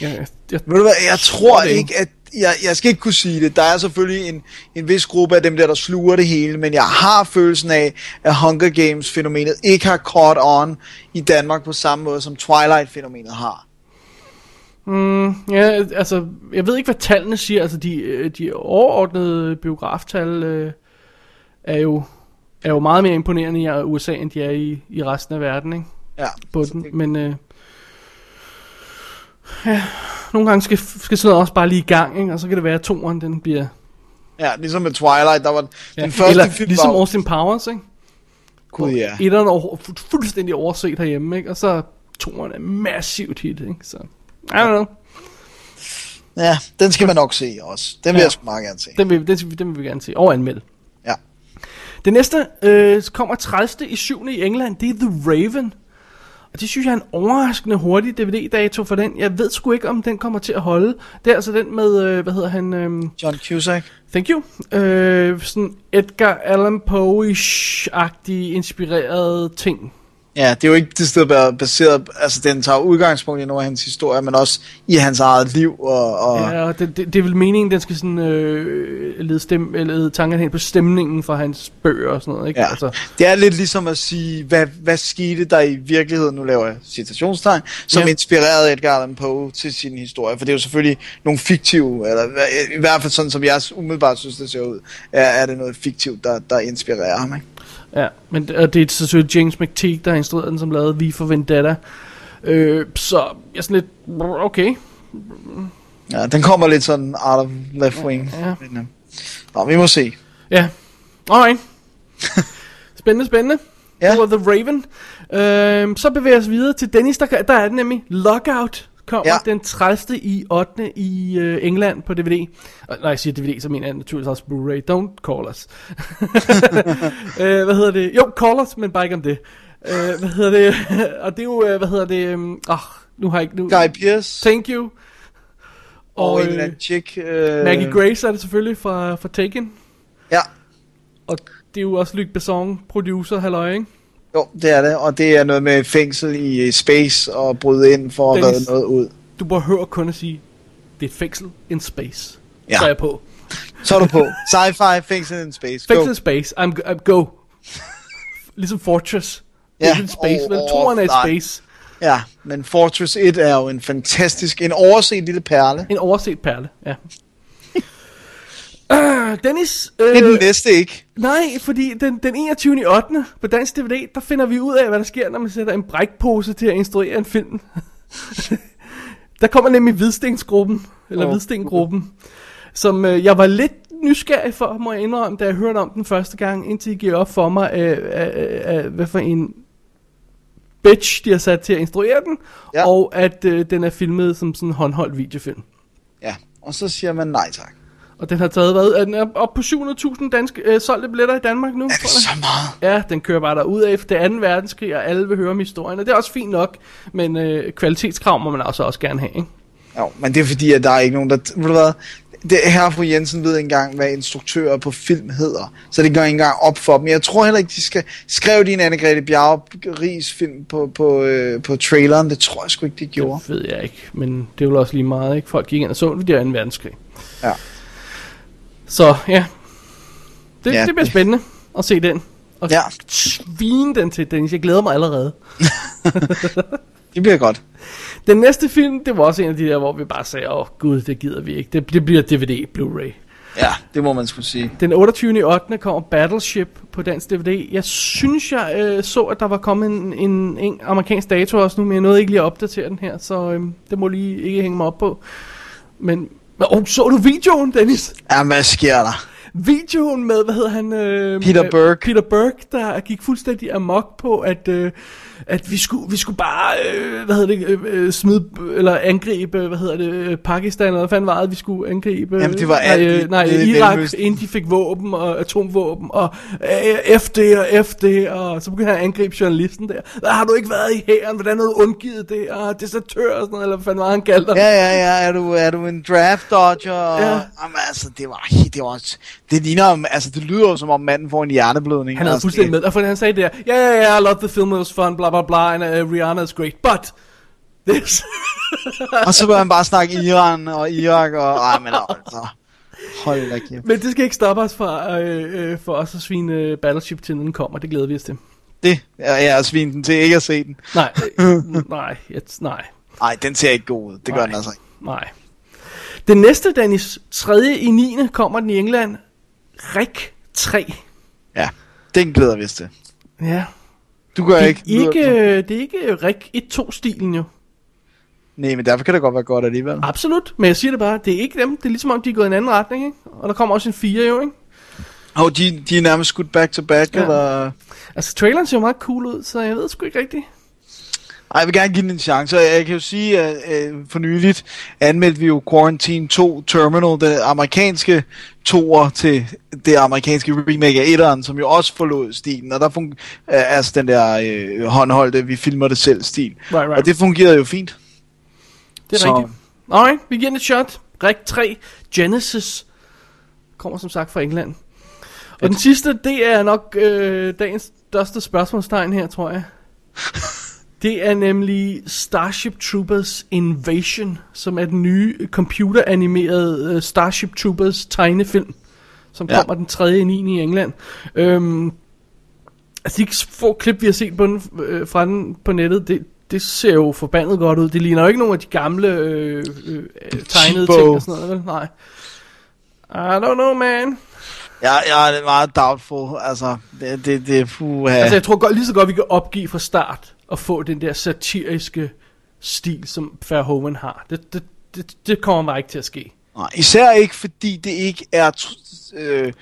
[SPEAKER 3] jeg, jeg,
[SPEAKER 4] Ved du hvad, jeg tror
[SPEAKER 3] det ikke.
[SPEAKER 4] ikke, at jeg, jeg skal ikke kunne sige det. Der er selvfølgelig en, en vis gruppe af dem der, der sluger det hele, men jeg har følelsen af, at Hunger Games-fænomenet ikke har caught on i Danmark på samme måde, som Twilight-fænomenet har.
[SPEAKER 3] ja, altså, jeg ved ikke, hvad tallene siger, altså de, øh, de overordnede biograftal øh, er, jo, er jo meget mere imponerende i USA, end de er i, i resten af verden, ikke?
[SPEAKER 4] Ja.
[SPEAKER 3] på den, men øh, ja, nogle gange skal, skal sådan noget også bare lige i gang, ikke? og så kan det være, at toren den bliver...
[SPEAKER 4] ja, ligesom med Twilight, der var den
[SPEAKER 3] Ja,
[SPEAKER 4] første
[SPEAKER 3] eller
[SPEAKER 4] film,
[SPEAKER 3] ligesom
[SPEAKER 4] var,
[SPEAKER 3] Austin Powers, ikke?
[SPEAKER 4] Gud, ja.
[SPEAKER 3] Etteren er fu- fuldstændig overset herhjemme, ikke? og så toren er massivt hit, ikke? så I don't know.
[SPEAKER 4] ja, den skal man nok se også. Den
[SPEAKER 3] Ja.
[SPEAKER 4] vil ja. jeg sgu meget gerne se.
[SPEAKER 3] Den vil, den, skal vi- den vil vi gerne se, og anmelde.
[SPEAKER 4] Ja.
[SPEAKER 3] Det næste øh, kommer 30. i 7. i England, det er The Raven. Og det synes jeg er en overraskende hurtig DVD-dato for den. Jeg ved sgu ikke, om den kommer til at holde. Det er altså den med, øh, hvad hedder han? Øh,
[SPEAKER 4] John Cusack.
[SPEAKER 3] Thank you. Øh, sådan Edgar Allan Poe-agtig inspireret ting.
[SPEAKER 4] Ja, det er jo ikke det sted være baseret, altså den tager udgangspunkt i nogle af hans historier, men også i hans eget liv. Og, og
[SPEAKER 3] Ja, og det, det, det er vel meningen, den skal sådan øh, lede, stem, eller lede tankerne hen på stemningen fra hans bøger og sådan noget, ikke?
[SPEAKER 4] Ja.
[SPEAKER 3] Altså,
[SPEAKER 4] Det er lidt ligesom at sige, hvad, hvad skete der i virkeligheden, nu laver jeg citationstegn, som
[SPEAKER 3] Ja.
[SPEAKER 4] ja. inspirerede Edgar Allan Poe til sin historie. For det er jo selvfølgelig nogle fiktive, eller hva- i hvert fald sådan, som jeg umiddelbart synes, det ser ud, er, er det noget fiktivt, der, der inspirerer ham. Ikke?
[SPEAKER 3] ja. Men og det er selvfølgelig James McTeague, der har instrueret den, som lavede V for Vendetta. Øh, så jeg er sådan lidt, okay,
[SPEAKER 4] Ja, den kommer lidt sådan out of left wing.
[SPEAKER 3] ja.
[SPEAKER 4] Men, øh, Nå, vi må se.
[SPEAKER 3] Ja.
[SPEAKER 4] *laughs*
[SPEAKER 3] Alright. spændende, spændende. Ja.
[SPEAKER 4] Ja.
[SPEAKER 3] Det var The Raven. Øhm, så bevæger vi os videre til Dennis, der, kan- der er den nemlig. Lockout kommer ja.
[SPEAKER 4] Ja.
[SPEAKER 3] den 30. i 8. i øh, England på DVD. Og, når jeg siger DVD, så mener jeg naturligvis også Blu-ray. Don't call
[SPEAKER 4] *laughs*
[SPEAKER 3] us. *laughs* øh, hvad hedder det? Jo, call us, men bare ikke om det. Øh, hvad hedder det? *laughs* og det er jo, øh, hvad hedder det? Øhm, Åh, nu har jeg ikke... Nu,
[SPEAKER 4] Guy Pearce
[SPEAKER 3] Thank you. Og,
[SPEAKER 4] og en eller
[SPEAKER 3] øh,
[SPEAKER 4] anden chick. Øh,
[SPEAKER 3] Maggie Grace er det selvfølgelig fra, fra Taken.
[SPEAKER 4] Ja,
[SPEAKER 3] Og det er jo også Luc Besson, producer, halløj, ikke?
[SPEAKER 4] jo, det er det. Og det er noget med fængsel i øh, space og bryde ind for at
[SPEAKER 3] Dennis.
[SPEAKER 4] redde noget ud.
[SPEAKER 3] Du behøver kun at sige, det er et fængsel in space.
[SPEAKER 4] Ja.
[SPEAKER 3] Så er jeg på.
[SPEAKER 4] Så er du på. Sci-fi, fængsel in space. Go.
[SPEAKER 3] Fængsel in space, I'm, I'm go. *laughs* ligesom Fortress. Det er
[SPEAKER 4] Ja.
[SPEAKER 3] ikke en space,
[SPEAKER 4] Åh,
[SPEAKER 3] men
[SPEAKER 4] åh,
[SPEAKER 3] toren er et
[SPEAKER 4] nej.
[SPEAKER 3] space.
[SPEAKER 4] Ja, men Fortress 1 er jo en fantastisk, en overset lille perle.
[SPEAKER 3] En overset perle, ja. *laughs* Uh, Dennis,
[SPEAKER 4] Det er den
[SPEAKER 3] øh,
[SPEAKER 4] næste, ikke?
[SPEAKER 3] nej, fordi den, den 21. i 8. på Dansk DVD, der finder vi ud af, hvad der sker, når man sætter en brækpose til at instruere en
[SPEAKER 4] *laughs*
[SPEAKER 3] film. der kommer nemlig Hvidstensgruppen, eller oh.
[SPEAKER 4] Åh.
[SPEAKER 3] Hvidstengruppen, som øh, jeg var lidt nysgerrig for, må jeg indrømme, da jeg hørte om den første gang, indtil I giver op for mig, øh, øh, øh, øh, hvad for en bitch, de har sat til at instruere den, ja.
[SPEAKER 4] Ja.
[SPEAKER 3] og at øh, den er filmet som sådan en håndholdt videofilm.
[SPEAKER 4] Ja, og så siger man nej tak.
[SPEAKER 3] Og den har taget, hvad, er den op, op på 700.000 danske, øh, solgte billetter i Danmark nu?
[SPEAKER 4] Er det
[SPEAKER 3] tror jeg?
[SPEAKER 4] så meget?
[SPEAKER 3] Ja, den kører bare derud af det anden verdenskrig, og alle vil høre om historien, og det er også fint nok, men øh, kvalitetskrav må man altså også gerne have, ikke?
[SPEAKER 4] Jo, men det er fordi, at der er ikke nogen, der... Ved du hvad? Det her fru Jensen ved ikke engang, hvad instruktører på film hedder. Så det går ikke engang op for dem. Jeg tror heller ikke, de skal skrive din Anne-Grethe Bjarup Ries film på, på, øh, på traileren. Det tror jeg sgu ikke, de gjorde.
[SPEAKER 3] Det ved jeg ikke, men det er jo også lige meget, ikke? Folk gik ind og så den, fordi det er anden verdenskrig.
[SPEAKER 4] Ja.
[SPEAKER 3] Så ja, det, ja.
[SPEAKER 4] Ja,
[SPEAKER 3] det bliver
[SPEAKER 4] det-
[SPEAKER 3] spændende at se den, og ja.
[SPEAKER 4] Ja.
[SPEAKER 3] svine den til, Dennis. Jeg glæder mig allerede.
[SPEAKER 4] Det bliver godt.
[SPEAKER 3] Den næste film, det var også en af de der, hvor vi bare sagde, åh oh, gud, det gider vi ikke. Det, det bliver DVD, Blu-ray.
[SPEAKER 4] Ja, det må man skulle sige.
[SPEAKER 3] Den 28. i 8. kommer Battleship på dansk DVD. Jeg synes, jeg øh, så, at der var kommet en, en, en amerikansk øhm, dato også nu, men jeg nåede ikke lige at opdatere den her, så øh, det må lige ikke hænge mig op på. Men Men, oh, så du videoen, Dennis?
[SPEAKER 4] Jamen, hvad sker der?
[SPEAKER 3] Videoen med, hvad hedder han? Øh,
[SPEAKER 4] Peter
[SPEAKER 3] øh,
[SPEAKER 4] Burke.
[SPEAKER 3] Peter Burke, der gik fuldstændig amok på, at, øh, at vi, skulle, vi skulle bare, øh, hvad hedder det, øh, øh, smide, eller angribe, øh, hvad hedder det, øh, Pakistan, eller hvad fanden var det, vi skulle angribe? øh,
[SPEAKER 4] Jamen, det var
[SPEAKER 3] nej,
[SPEAKER 4] alt
[SPEAKER 3] øh,
[SPEAKER 4] i-
[SPEAKER 3] nej,
[SPEAKER 4] nede i
[SPEAKER 3] Irak,
[SPEAKER 4] Mellemøsten.
[SPEAKER 3] inden de fik våben og atomvåben, og øh, FD og FD, og så begyndte han at angribe journalisten der. Hvad har du ikke været i hæren? Hvordan har du undgivet det? Og desertør og sådan noget, eller hvad fanden var det, han kaldte ham?
[SPEAKER 4] Ja, ja, ja, er du, er du en draft dodger?
[SPEAKER 3] Ja.
[SPEAKER 4] Ja. Jamen, altså, det var, *laughs* helt- det var, det ligner, om- altså, det lyder jo, som om manden får en hjerneblødning.
[SPEAKER 3] Han havde
[SPEAKER 4] altså,
[SPEAKER 3] fuldstændig
[SPEAKER 4] det-
[SPEAKER 3] med, og for han sagde der, ja, ja, ja, I love the film, it was fun, bla bla bla, and uh, Rihanna is great, but this... *laughs*
[SPEAKER 4] Og så bør han bare snakke Iran og Irak og... Ej, men altså... Hold da kæft.
[SPEAKER 3] Men det skal ikke stoppe os fra, øh, øh, for os at svine øh, Battleship til, når den kommer, det glæder vi os til.
[SPEAKER 4] Det er jeg at svine den til ikke at se den.
[SPEAKER 3] Nej, øh, *laughs* nej, et, nej,
[SPEAKER 4] Nej, den ser ikke god ud. Det gør
[SPEAKER 3] Nej.
[SPEAKER 4] den altså ikke.
[SPEAKER 3] nej. Den næste, Dennis, 3. i 9. kommer den i England, Rik 3.
[SPEAKER 4] Ja, den glæder vi os til.
[SPEAKER 3] Ja,
[SPEAKER 4] Du gør
[SPEAKER 3] det er
[SPEAKER 4] ikke.
[SPEAKER 3] ikke, ikke, det er ikke Rik 1-2-stilen jo. øh-
[SPEAKER 4] Nej, men derfor kan det godt være godt alligevel.
[SPEAKER 3] Absolut, men jeg siger det bare, det er ikke dem, det er ligesom om, de er gået i en anden retning, ikke? Og der kommer også en 4 jo, ikke?
[SPEAKER 4] Og de, de er nærmest skudt back to back,
[SPEAKER 3] Ja.
[SPEAKER 4] ja. eller...
[SPEAKER 3] Altså, traileren ser jo meget cool ud, så jeg ved sgu ikke rigtigt.
[SPEAKER 4] Ej, jeg vil gerne give den en chance, og jeg kan jo sige, at øh, for nyligt anmeldte vi jo Quarantine 2 Terminal, det amerikanske toer til det amerikanske remake af etteren, som jo også forlod stilen, og der fun- øh, altså den der øh, håndholdte, vi filmer det selv stil,
[SPEAKER 3] Right, right.
[SPEAKER 4] og det fungerede jo fint.
[SPEAKER 3] Det er
[SPEAKER 4] Så-
[SPEAKER 3] rigtigt. Alright, vi giver den et shot. Rig 3, Genesis, kommer som sagt fra England. Og den sidste, det er nok øh, dagens største spørgsmålstegn her, tror jeg. Det er nemlig Starship Troopers Invasion, som er den nye computeranimerede øh, Starship Troopers tegnefilm, som
[SPEAKER 4] Ja.
[SPEAKER 3] kommer den 3. i 9. i England. Øhm, Altså de få klip, vi har set på den, øh, fra den på nettet, det, det ser jo forbandet godt ud. Det ligner jo ikke nogen af de gamle øh, øh, tegnede
[SPEAKER 4] Cheapo.
[SPEAKER 3] ting og sådan noget, vel? Nej. I don't know, man.
[SPEAKER 4] Jeg, jeg er meget doubtful, altså, det, det, det puha.
[SPEAKER 3] Altså, jeg tror godt, lige så godt, vi kan opgive fra start og få den der satiriske stil, som Verhoeven har. Det, det, det, det kommer bare ikke til at ske.
[SPEAKER 4] Nej, især ikke, fordi det ikke er tr- øh,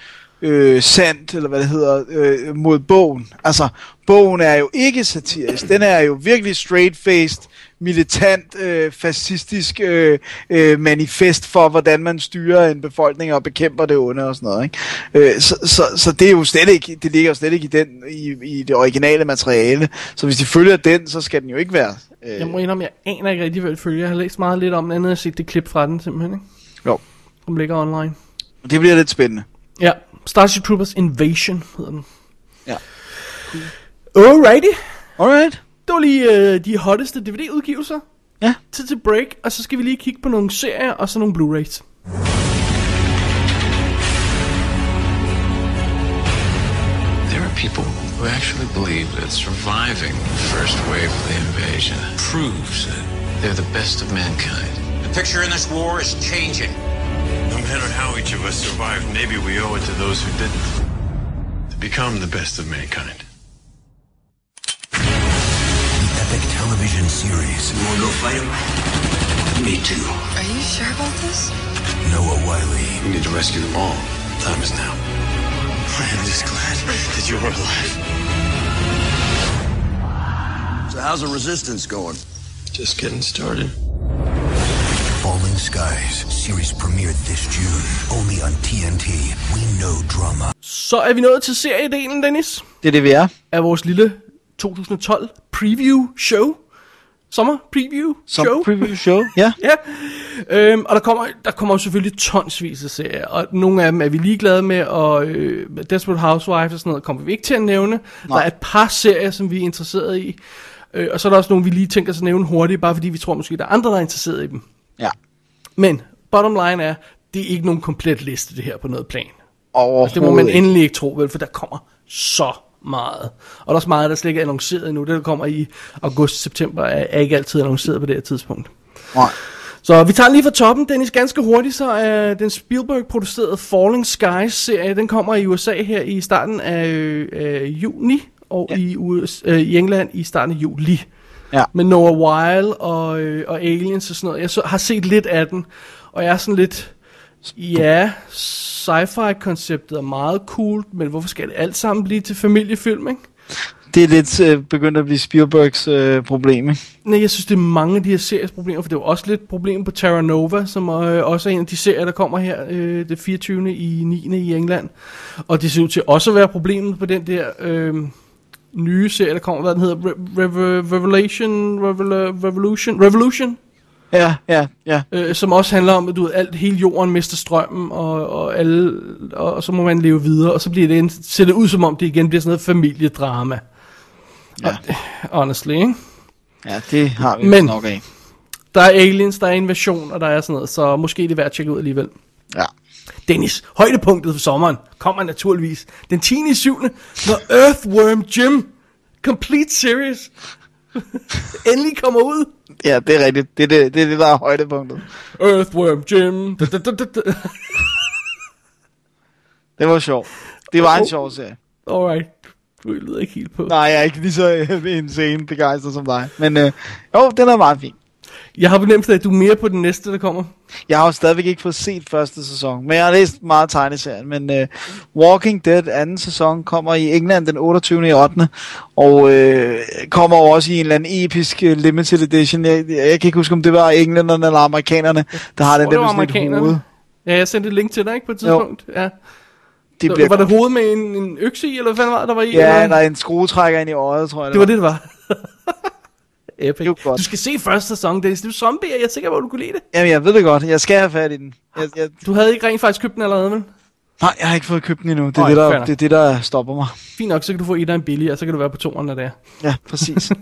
[SPEAKER 4] øh, sandt, eller hvad det hedder, øh, mod bogen. Altså, bogen er jo ikke satirisk. Den er jo virkelig straight-faced, militant, øh, fascistisk øh, øh, manifest for, hvordan man styrer en befolkning og bekæmper det onde og sådan noget. Ikke? Øh, så, så, så det er jo slet ikke, det ligger jo slet ikke i, den, i, i det originale materiale. Så hvis de følger den, så skal den jo ikke være... Øh,
[SPEAKER 3] Jeg må indrømme, jeg aner ikke rigtig, hvad det følger. Jeg har læst meget lidt om den, andet end at set det klip fra den, simpelthen, ikke?
[SPEAKER 4] jo.
[SPEAKER 3] Som ligger online.
[SPEAKER 4] Det bliver lidt spændende.
[SPEAKER 3] Ja, Starship Troopers Invasion hedder den.
[SPEAKER 4] Ja.
[SPEAKER 3] Alrighty.
[SPEAKER 4] Alright.
[SPEAKER 3] Det var lige øh, de hotteste DVD-udgivelser.
[SPEAKER 4] Ja.
[SPEAKER 3] Tid til break, og så skal vi lige kigge på nogle serier og så nogle Blu-rays.
[SPEAKER 11] There are people who actually believe that surviving the first wave of the invasion proves that they're the best of mankind.
[SPEAKER 12] The picture in this war is changing. No matter how each of us survived, maybe we owe it to those who didn't to become the best of mankind.
[SPEAKER 13] Epic television series. You wanna go fight him? Me too.
[SPEAKER 14] Are you sure about this?
[SPEAKER 13] Noah Wiley.
[SPEAKER 11] We need to rescue them all. Time is now.
[SPEAKER 13] I am just glad that you're alive.
[SPEAKER 9] So how's the resistance going?
[SPEAKER 11] Just getting started.
[SPEAKER 13] Falling Skies. Series premiered this June. Only on TNT. We know drama.
[SPEAKER 3] Så er vi nået til seriedelen, Dennis,
[SPEAKER 4] Det er det, vi er.
[SPEAKER 3] af vores lille 2012 preview-show. Sommer preview-show.
[SPEAKER 4] Som preview show, ja.
[SPEAKER 3] ja. Øhm, og der kommer, der kommer jo selvfølgelig tonsvis af serier, og nogle af dem er vi ligeglade med, og øh, Desperate Housewives og sådan noget kommer vi ikke til at nævne. Nej. Der er et par serier, som vi er interesseret i, øh, og så er der også nogle, vi lige tænker os at nævne hurtigt, bare fordi vi tror måske, der er andre, der er interesseret i dem.
[SPEAKER 4] Ja.
[SPEAKER 3] Men bottom line er, det er ikke nogen komplet liste det her på noget plan.
[SPEAKER 4] Overhovedet
[SPEAKER 3] Altså, det må man
[SPEAKER 4] ikke.
[SPEAKER 3] endelig ikke tro, vel, for der kommer så meget. Og der er også meget, der slet ikke er annonceret endnu. Det, der kommer i august-september, er, er ikke altid annonceret på det her tidspunkt.
[SPEAKER 4] Nej.
[SPEAKER 3] Så vi tager den lige fra toppen, Dennis, ganske hurtigt, så er den Spielberg-producerede Falling Skies-serie, den kommer i USA her i starten af øh, juni, og ja. i, US, øh, i England i starten af juli.
[SPEAKER 4] Ja.
[SPEAKER 3] Med Noah Weil og, øh, og Aliens og sådan noget. Jeg så, har set lidt af den, Og jeg er sådan lidt, ja, sci-fi-konceptet er meget cool, men hvorfor skal det alt sammen blive til familiefilm, ikke?
[SPEAKER 4] Det er lidt øh, begyndt at blive Spielbergs øh, problem, ikke?
[SPEAKER 3] Nej, jeg synes, det er mange af de her series problemer, for det er jo også lidt problem på Terra Nova, som øh, også er en af de serier, der kommer her øh, det 24. i 9. i England. Og det ser ud til også at være problemet på den der øh, nye serie, der kommer, hvad den hedder, Re- Rev- Revelation, Revel- Revolution, Revolution?
[SPEAKER 4] Ja, ja, ja.
[SPEAKER 3] Øh, som også handler om, at du ved, alt, hele jorden mister strømmen, og, og, alle, og, og så må man leve videre, og så bliver det, en- ser det ud som om, det igen bliver sådan noget familiedrama. Ja. Og, honestly, ikke?
[SPEAKER 4] Ja, det har vi
[SPEAKER 3] Men-
[SPEAKER 4] Men. nok af.
[SPEAKER 3] Der er aliens, der er invasion, og der er sådan noget, så måske er det værd at tjekke ud alligevel.
[SPEAKER 4] Ja.
[SPEAKER 3] Dennis, højdepunktet for sommeren kommer naturligvis den 10. i 7. The Earthworm Jim Complete Series *laughs* endelig kommer ud.
[SPEAKER 4] Ja, det er rigtigt. Det er det, det, er det der er højdepunktet.
[SPEAKER 3] Earthworm Jim. *laughs* Da, da, da, da, da.
[SPEAKER 4] Det var sjovt. Det var en
[SPEAKER 3] Oh.
[SPEAKER 4] sjov serie.
[SPEAKER 3] Alright. Du lyder ikke helt på.
[SPEAKER 4] Nej, jeg er ikke lige så øh, *laughs* insane begejstret som dig. Men øh, jo, den er meget fin.
[SPEAKER 3] Jeg har fornemmelsen af, at du er mere på den næste, der kommer.
[SPEAKER 4] Jeg har jo stadigvæk ikke fået set første sæson, men jeg har læst meget tegneserien. Men øh, Walking Dead anden sæson kommer i England den 28. i 8. Og øh, kommer jo også i en eller anden episk øh, limited edition. Jeg, jeg kan ikke huske, om det var englænderne eller amerikanerne, der har den
[SPEAKER 3] Tror, det
[SPEAKER 4] der
[SPEAKER 3] var
[SPEAKER 4] med sådan et
[SPEAKER 3] amerikanerne.
[SPEAKER 4] hoved.
[SPEAKER 3] Ja, jeg sendte et link til dig, ikke, på et tidspunkt. Ja.
[SPEAKER 4] Det
[SPEAKER 3] Det
[SPEAKER 4] bliver
[SPEAKER 3] var der hoved med en, en økse i, eller hvad fanden var det, der var i?
[SPEAKER 4] Ja,
[SPEAKER 3] eller?
[SPEAKER 4] der er en skruetrækker ind i øjet, tror jeg.
[SPEAKER 3] Det var det, det var. Epic. Du skal se første sæson, Dennis. Det er zombie, jeg er sikker på, at du kunne lide det.
[SPEAKER 4] Jamen, jeg ved det godt. Jeg skal have fat i den. Jeg, jeg...
[SPEAKER 3] Du havde ikke rent faktisk købt den allerede, vel?
[SPEAKER 4] Nej, jeg har ikke fået købt den endnu. Det er,
[SPEAKER 3] Nej,
[SPEAKER 4] det,
[SPEAKER 3] fair
[SPEAKER 4] der,
[SPEAKER 3] nok.
[SPEAKER 4] det, er det, der stopper mig.
[SPEAKER 3] Fint nok, så kan du få etteren billig, og så kan du være på toeren, når det er.
[SPEAKER 4] Ja,
[SPEAKER 3] *laughs*
[SPEAKER 4] præcis.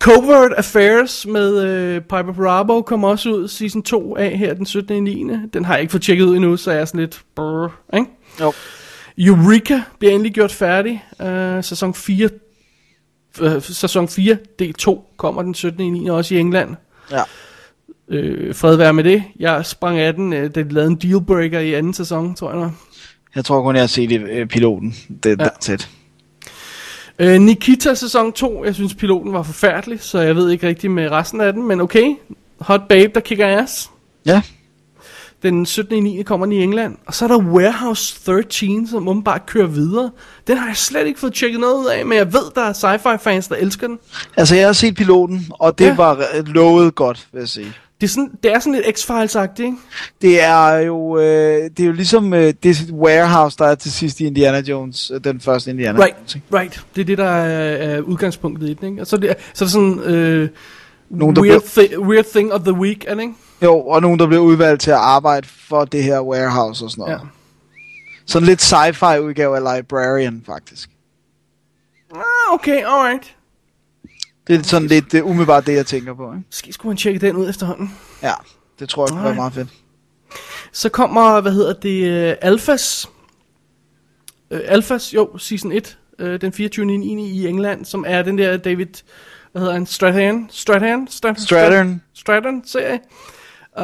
[SPEAKER 3] Covert Affairs med øh, Piper Parabo kommer også ud season 2 af her den 17. i 9. Den har jeg ikke fået tjekket ud endnu, så jeg er sådan lidt... Brrr, ikke?
[SPEAKER 4] Jo.
[SPEAKER 3] Eureka bliver endelig gjort færdig. Øh, sæson 4... Øh, sæson 4, del 2, kommer den 17. i 9. også i England.
[SPEAKER 4] Ja.
[SPEAKER 3] Øh, fred være med det. Jeg sprang af den, øh, da de lavede en dealbreaker i anden sæson, tror jeg nok.
[SPEAKER 4] Jeg tror kun, jeg har set øh, piloten. Det er ja. tæt.
[SPEAKER 3] Øh, Nikita sæson 2, jeg synes piloten var forfærdelig, så jeg ved ikke rigtig med resten af den, men okay. Hot Babe, der kigger ass.
[SPEAKER 4] Ja.
[SPEAKER 3] Den 17. i 9. kommer den i England. Og så er der Warehouse 13, som åbenbart kører videre. Den har jeg slet ikke fået tjekket noget ud af, men jeg ved, der er sci-fi fans, der elsker den.
[SPEAKER 4] Altså, jeg har set piloten, og det
[SPEAKER 3] Ja.
[SPEAKER 4] ja. var øh, lovet godt, vil jeg sige.
[SPEAKER 3] Det er sådan, det er sådan lidt X-Files-agtigt, ikke?
[SPEAKER 4] Det er jo, øh, det er jo ligesom øh, det warehouse, der er til sidst i Indiana Jones, øh, den første Indiana Jones.
[SPEAKER 3] Right, right. Det er det, der er, er udgangspunktet i den, ikke? Og så er det, så er det sådan... Øh,
[SPEAKER 4] Nogen, der
[SPEAKER 3] weird, thi- weird thing of the week, er det ikke?
[SPEAKER 4] Jo, og nogen, der bliver udvalgt til at arbejde for det her warehouse og sådan noget.
[SPEAKER 3] Ja.
[SPEAKER 4] Ja. Sådan lidt sci-fi udgave af Librarian, faktisk.
[SPEAKER 3] Ah, okay, alright.
[SPEAKER 4] Det er sådan lidt uh, umiddelbart det, jeg tænker på. Ikke?
[SPEAKER 3] Måske skulle man tjekke den ud efterhånden.
[SPEAKER 4] Ja, det tror jeg kunne være
[SPEAKER 3] Alright.
[SPEAKER 4] meget fedt.
[SPEAKER 3] Så kommer, hvad hedder det, øh, Alphas. Øh, Alphas, jo, season 1, øh, den 24. i 9. i England, som er den der David, hvad hedder han, Strathairn? Strathairn? Strathairn?
[SPEAKER 4] Strathern.
[SPEAKER 3] Strathairn-serie.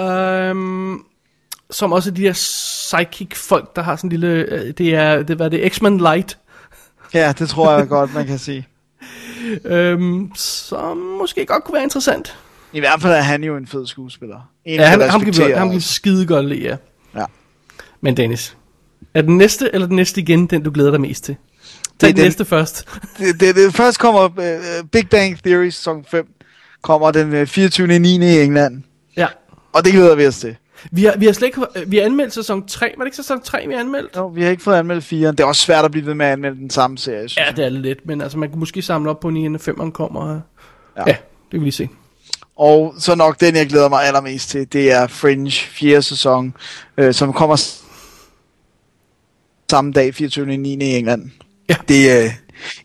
[SPEAKER 3] Um, som også er de der psychic folk, der har sådan en lille, øh, det er, det, hvad er det, X-Men Light,
[SPEAKER 4] Ja, det tror jeg godt, man kan sige.
[SPEAKER 3] øhm, som måske godt kunne være interessant.
[SPEAKER 4] I hvert fald er han jo en fed skuespiller. En,
[SPEAKER 3] Ja,
[SPEAKER 4] vi
[SPEAKER 3] han, ham kan vi,
[SPEAKER 4] respekterer.
[SPEAKER 3] ham kan vi skide godt lide, ja.
[SPEAKER 4] Ja.
[SPEAKER 3] Men Dennis, er den næste eller den næste igen, den du glæder dig mest til? Tag den,
[SPEAKER 4] den-
[SPEAKER 3] den næste først. *laughs*
[SPEAKER 4] det, det, det, først kommer uh, Big Bang Theory sæson 5, kommer den øh, 24. 9. i England.
[SPEAKER 3] Ja.
[SPEAKER 4] Og det glæder vi os til.
[SPEAKER 3] Vi har, vi har slet ikke, øh, vi har anmeldt sæson 3, var det ikke sæson 3, vi har anmeldt?
[SPEAKER 4] Jo, vi har ikke fået anmeldt 4'eren. Det er også svært at blive ved med at anmelde den samme serie. synes
[SPEAKER 3] Ja,
[SPEAKER 4] jeg.
[SPEAKER 3] det er lidt, men altså man kunne måske samle op på den, inden 5'eren kommer. øh.
[SPEAKER 4] Ja.
[SPEAKER 3] ja, det vil vi lige se.
[SPEAKER 4] Og så nok den, jeg glæder mig allermest til, det er Fringe 4. sæson, øh, som kommer s- samme dag, 24. 9. i England.
[SPEAKER 3] Ja.
[SPEAKER 4] Det, øh,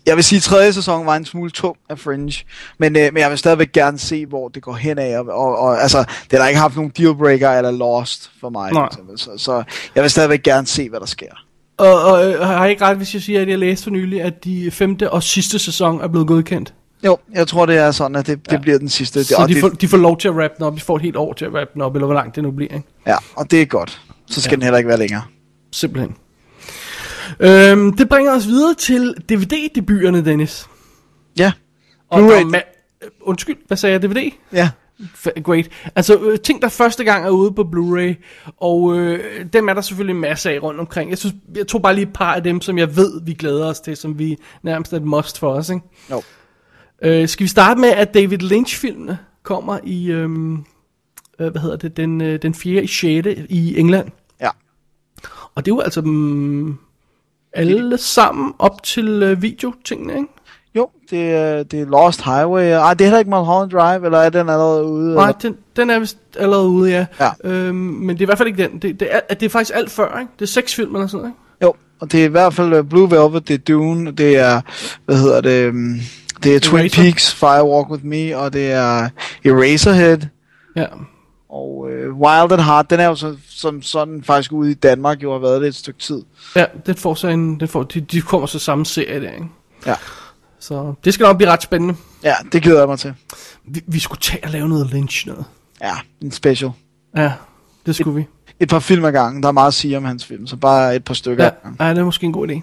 [SPEAKER 4] jeg vil sige, at tredje sæson var en smule tung af Fringe, men, øh, men jeg vil stadigvæk gerne se, hvor det går hen af. Og, og, og, altså, det har der ikke haft nogen dealbreaker eller lost for mig.
[SPEAKER 3] Nej.
[SPEAKER 4] for eksempel. Så, så jeg vil stadigvæk gerne se, hvad der sker.
[SPEAKER 3] Og, og øh, har jeg ikke ret, hvis jeg siger, at jeg læste for nylig, at de femte og sidste sæson er blevet godkendt?
[SPEAKER 4] Jo, jeg tror, det er sådan, at det, ja. det bliver den sidste.
[SPEAKER 3] Så
[SPEAKER 4] og
[SPEAKER 3] de,
[SPEAKER 4] det,
[SPEAKER 3] får, de får lov til at wrap den op, de får et helt år til at wrap den op, eller hvor langt det nu bliver, ikke?
[SPEAKER 4] Ja, og det er godt. Så skal
[SPEAKER 3] Ja.
[SPEAKER 4] ja. den heller ikke være længere.
[SPEAKER 3] Simpelthen. Øhm, det bringer os videre til DVD-debuterne, Dennis.
[SPEAKER 4] Ja.
[SPEAKER 3] Og
[SPEAKER 4] Blu-ray-
[SPEAKER 3] der er ma- øh, Undskyld, hvad sagde jeg? DVD?
[SPEAKER 4] Ja.
[SPEAKER 3] F- Great. Altså, øh, ting, der første gang er ude på Blu-ray, og øh, dem er der selvfølgelig en masse af rundt omkring. Jeg, synes, jeg tog bare lige et par af dem, som jeg ved, vi glæder os til, som vi nærmest er et must for os, ikke?
[SPEAKER 4] Jo.
[SPEAKER 3] Øh, skal vi starte med, at David Lynch-filmene kommer i, øh, øh, hvad hedder det, den, øh, den 4. i 6. i England.
[SPEAKER 4] Ja.
[SPEAKER 3] Og det er jo altså mm, alle sammen op til øh, videotingene, ikke?
[SPEAKER 4] Jo, det, er- det er Lost Highway. Ej, det er heller ikke Mulholland Drive, eller er den allerede ude?
[SPEAKER 3] Nej,
[SPEAKER 4] eller?
[SPEAKER 3] den, den er vist allerede ude, ja.
[SPEAKER 4] Ja.
[SPEAKER 3] Øhm, men det er i hvert fald ikke den. Det, det, er, det er faktisk alt før, ikke? Det er seks film eller sådan noget, ikke?
[SPEAKER 4] Jo, og det er i hvert fald øh, Blue Velvet, det er Dune, det er, hvad hedder det, øhm, det er Twin
[SPEAKER 3] Eraser.
[SPEAKER 4] Peaks, Firewalk With Me, og det er Eraserhead.
[SPEAKER 3] Ja.
[SPEAKER 4] Og øh, Wild and Hard, den er jo så, som sådan faktisk ude i Danmark, jo har været det et stykke tid.
[SPEAKER 3] Ja, den får så en, den får, de, de kommer så samme serie der, ikke?
[SPEAKER 4] Ja.
[SPEAKER 3] Så det skal nok blive ret spændende.
[SPEAKER 4] Ja, det glæder jeg mig til.
[SPEAKER 3] Vi, vi skulle tage og lave noget Lynch noget.
[SPEAKER 4] Ja, en special.
[SPEAKER 3] Ja, det skulle vi.
[SPEAKER 4] Et par film ad gangen, der er meget at sige om hans film, så bare et par stykker.
[SPEAKER 3] Ja, ja, det er måske en god idé.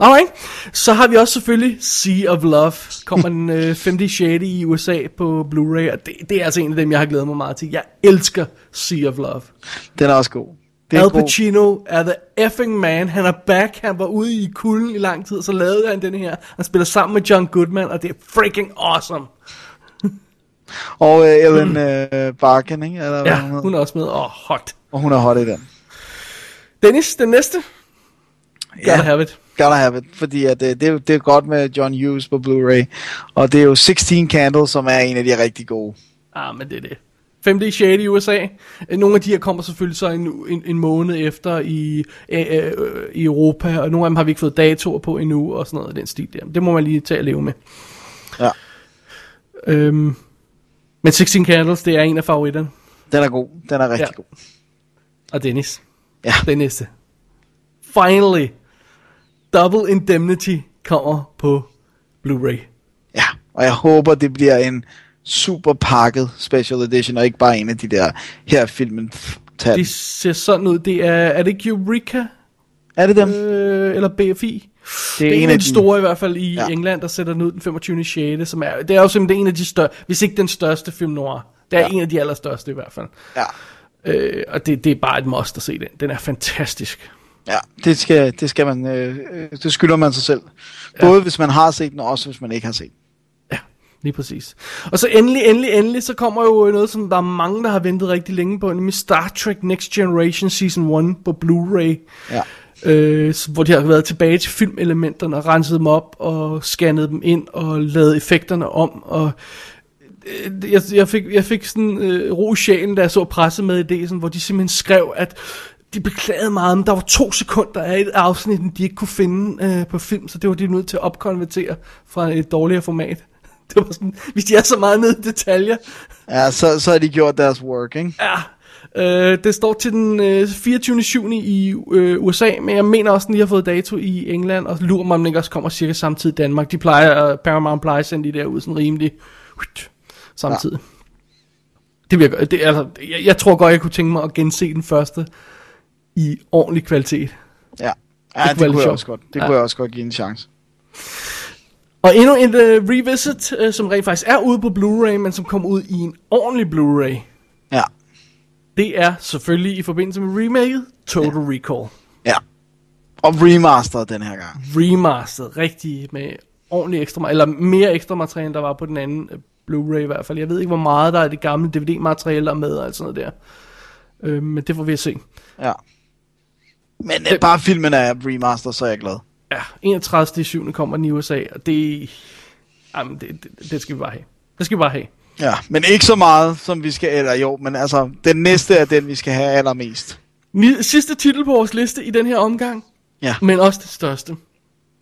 [SPEAKER 3] Alright, så har vi også selvfølgelig Sea of Love, kommer den
[SPEAKER 4] *laughs*
[SPEAKER 3] øh, 5. 6. i USA på Blu-ray, og det, det er altså en af dem, jeg har glædet mig meget til. Jeg elsker Sea of Love.
[SPEAKER 4] Den er også god. Det er
[SPEAKER 3] Al
[SPEAKER 4] god.
[SPEAKER 3] Pacino er the effing man. Han er back. Han var ude i kulden i lang tid, så lavede han den her. Han spiller sammen med John Goodman, og det er freaking awesome.
[SPEAKER 4] Og øh, Ellen øh, Barkin, ikke? Eller, hvad
[SPEAKER 3] Mm. Ja,
[SPEAKER 4] hun hedder.
[SPEAKER 3] hun er også med. Åh, oh, hot.
[SPEAKER 4] Og hun er hot i den.
[SPEAKER 3] Dennis, den næste. Gotta have it.
[SPEAKER 4] Gotta have it, fordi at, øh, det, er jo- det er godt med John Hughes på Blu-ray. Og det er jo 16 Candles, som er en af de rigtig gode.
[SPEAKER 3] Ah, men det er det. 5. i 6. i USA. Øh, Nogle af de her kommer selvfølgelig så en, en, en måned efter i, øh, øh, øh, i Europa, og nogle af dem har vi ikke fået datoer på endnu, og sådan noget af den stil der. Det må man lige tage at leve med.
[SPEAKER 4] Ja.
[SPEAKER 3] Øhm, men 16 Candles, det er en af favoritterne.
[SPEAKER 4] Den er god. Den er rigtig
[SPEAKER 3] Ja.
[SPEAKER 4] ja. god.
[SPEAKER 3] Og Dennis.
[SPEAKER 4] Ja.
[SPEAKER 3] Den næste. Finally. Double Indemnity kommer på Blu-ray.
[SPEAKER 4] Ja, og jeg håber, det bliver en super pakket special edition, og ikke bare en af de der her er filmen. Pff, Tag den.
[SPEAKER 3] Det ser sådan ud. Det er, er det ikke Eureka?
[SPEAKER 4] Er det dem?
[SPEAKER 3] Øh, eller BFI? Det er, det er en af de store i hvert fald i ja. England, der sætter den ud den 25. 6. Som er, det er jo simpelthen en af de største, hvis ikke den største film noir. Det er ja. en af de allerstørste i hvert fald.
[SPEAKER 4] Ja.
[SPEAKER 3] Øh, og det, det er bare et must at se den. Den er fantastisk.
[SPEAKER 4] Ja, det skal, det skal man, øh, øh, det skylder man sig selv. Både hvis man har set den, og også hvis man ikke har set den.
[SPEAKER 3] Lige præcis. Og så endelig, endelig, endelig, så kommer jo noget, som der er mange, der har ventet rigtig længe på, nemlig Star Trek Next Generation Season 1 på Blu-ray.
[SPEAKER 4] Ja.
[SPEAKER 3] Øh, så- hvor de har været tilbage til filmelementerne og renset dem op og scannet dem ind og lavet effekterne om. Og øh, jeg, jeg, fik, jeg fik sådan øh, ro i sjælen, da jeg så presse med i hvor de simpelthen skrev, at de beklagede meget, men der var to sekunder af et afsnit, de ikke kunne finde øh, på film, så det var de nødt til at opkonvertere fra et dårligere format. *laughs* Det var sådan, hvis de er så meget nede i detaljer,
[SPEAKER 4] Ja, så, så har de gjort deres work, ikke?
[SPEAKER 3] Ja. Øh, det står til den øh, 24. 7. i øh, USA, men jeg mener også, at de har fået dato i England, og lurer mig, om den ikke også kommer cirka samtidig i Danmark. De plejer, øh, Paramount plejer at sende de der ud sådan rimelig huit, samtidig. Ja. Det virker, det, er altså, jeg, jeg tror godt, jeg kunne tænke mig at gense den første i ordentlig kvalitet.
[SPEAKER 4] Ja, ja
[SPEAKER 3] kunne
[SPEAKER 4] det,
[SPEAKER 3] være
[SPEAKER 4] det, kunne,
[SPEAKER 3] lidt
[SPEAKER 4] jeg
[SPEAKER 3] sjovt.
[SPEAKER 4] også godt, det
[SPEAKER 3] Ja.
[SPEAKER 4] kunne jeg også godt give en chance.
[SPEAKER 3] Og endnu en uh, revisit, uh, som rent faktisk er ude på Blu-ray, men som kommer ud i en ordentlig Blu-ray.
[SPEAKER 4] Ja.
[SPEAKER 3] Det er selvfølgelig i forbindelse med remaket Total ja. Recall.
[SPEAKER 4] Ja. Og remaster den her gang.
[SPEAKER 3] remastered, rigtig med ordentlig ekstra, eller mere ekstra materiale, end der var på den anden øh, Blu-ray i hvert fald. Jeg ved ikke, hvor meget der er af det gamle DVD-materiale, der er med og alt sådan noget der. Øh, men det får vi at se.
[SPEAKER 4] Ja. Men øh, bare filmen er remaster, så er jeg glad.
[SPEAKER 3] Ja, 31. 7. kommer den i USA, og det, jamen, det, det, det skal vi bare have. Det skal vi bare have.
[SPEAKER 4] Ja, men ikke så meget, som vi skal, eller jo, men altså, den næste er den, vi skal have allermest.
[SPEAKER 3] Ni- Sidste titel på vores liste i den her omgang,
[SPEAKER 4] Ja.
[SPEAKER 3] men også den største.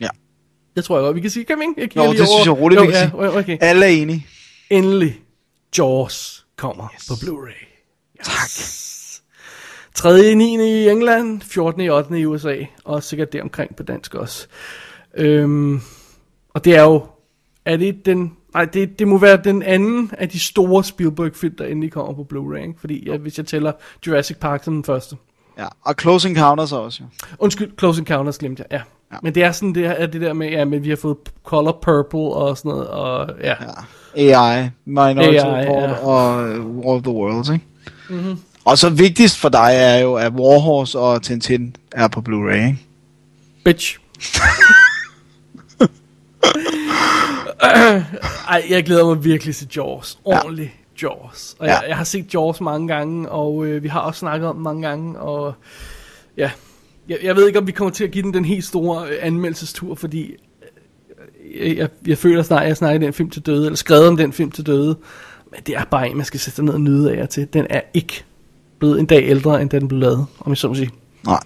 [SPEAKER 4] Ja.
[SPEAKER 3] Jeg tror jeg godt, vi kan sige. Kan vi ikke? Jeg
[SPEAKER 4] Jo,
[SPEAKER 3] kigger lige
[SPEAKER 4] det
[SPEAKER 3] over.
[SPEAKER 4] synes jeg roligt,
[SPEAKER 3] jo,
[SPEAKER 4] vi kan
[SPEAKER 3] ja,
[SPEAKER 4] sige.
[SPEAKER 3] sige. Okay.
[SPEAKER 4] Alle er enige.
[SPEAKER 3] Endelig, Jaws kommer yes. på Blu-ray. Yes. Tak. 3. i 9. i England, 14. i 8. i USA, og sikkert deromkring på dansk også. Øhm, og det er jo, er det den, nej, det, det må være den anden af de store Spielberg-film, der endelig kommer på Blu-ray, ikke? fordi jeg, hvis jeg tæller Jurassic Park som den første.
[SPEAKER 4] Ja, og Close Encounters er også jo.
[SPEAKER 3] Undskyld, Close Encounters glemte jeg, ja. Ja. Men det er sådan det, er det der med, ja, men vi har fået Color Purple og sådan noget, og ja.
[SPEAKER 4] ja. AI, Minority
[SPEAKER 3] AI,
[SPEAKER 4] AI, Report
[SPEAKER 3] ja.
[SPEAKER 4] ja. og øh, War of the Worlds, ikke?
[SPEAKER 3] Mm-hmm.
[SPEAKER 4] Og så vigtigst for dig er jo, at Warhorse og Tintin er på Blu-ray, ikke?
[SPEAKER 3] Bitch. *laughs* Ej, jeg glæder mig virkelig til Jaws. Ordentligt ja. Jaws. Og ja.
[SPEAKER 4] Ja.
[SPEAKER 3] jeg, jeg har set Jaws mange gange, og øh, vi har også snakket om den mange gange, og ja. Jeg, jeg ved ikke, om vi kommer til at give den den helt store øh, anmeldelsestur, fordi øh, jeg, jeg, jeg føler snart, at jeg snakker den film til døde, eller skrevet om den film til døde. Men det er bare en, man skal sætte sig ned og nyde af og til. Den er ikke blevet en dag ældre, end da den blev lavet, om jeg så må sige.
[SPEAKER 4] Nej.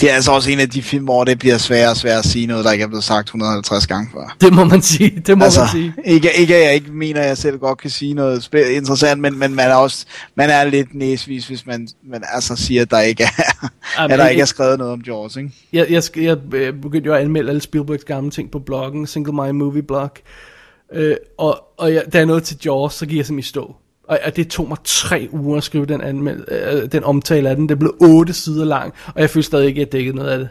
[SPEAKER 4] Det er altså også en af de film, hvor det bliver sværere og sværere at sige noget, der ikke er blevet sagt 150 gange før.
[SPEAKER 3] Det må man sige, det må
[SPEAKER 4] altså,
[SPEAKER 3] man sige.
[SPEAKER 4] Ikke, ikke at jeg ikke mener, at jeg selv godt kan sige noget spæ- interessant, men, men man er også man er lidt næsvis, hvis man, man altså siger, at der ikke er,
[SPEAKER 3] Jamen,
[SPEAKER 4] *laughs* at der
[SPEAKER 3] det-
[SPEAKER 4] ikke er skrevet noget om Jaws, ikke?
[SPEAKER 3] Jeg, jeg, sk- jeg øh, begyndte jo at anmelde alle Spielbergs gamle ting på bloggen, Single My Movie Blog. Øh, og og jeg, da jeg nåede til Jaws, så gik jeg som i stå. Og, og det tog mig tre uger at skrive den, anmeld, øh, den omtale af den. Det blev otte sider lang, og jeg følte stadig ikke, at jeg dækkede noget af det.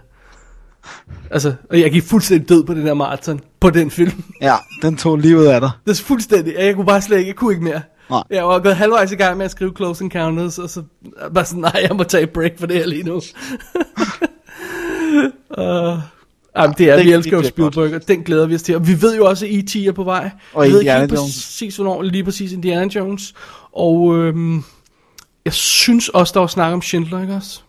[SPEAKER 3] Altså, og jeg gik fuldstændig død på den der maraton, på den film.
[SPEAKER 4] Ja, den tog livet af dig.
[SPEAKER 3] Det er fuldstændig, jeg kunne bare slet ikke, jeg kunne ikke mere.
[SPEAKER 4] Nej.
[SPEAKER 3] Jeg var gået halvvejs i gang med at skrive Close Encounters, og så bare sådan, nej, jeg må tage et break for det her lige nu. *laughs* uh, jamen, det er,
[SPEAKER 4] det-
[SPEAKER 3] vi
[SPEAKER 4] det
[SPEAKER 3] elsker jo
[SPEAKER 4] bliver
[SPEAKER 3] Spielberg, og den glæder vi os til. Og vi ved jo også, at E.T. er på vej.
[SPEAKER 4] Og
[SPEAKER 3] vi ved
[SPEAKER 4] Indiana
[SPEAKER 3] ikke helt
[SPEAKER 4] Jones.
[SPEAKER 3] præcis, hvornår lige præcis Indiana Jones. Og øhm, jeg synes også, der var snak om Schindler, ikke også?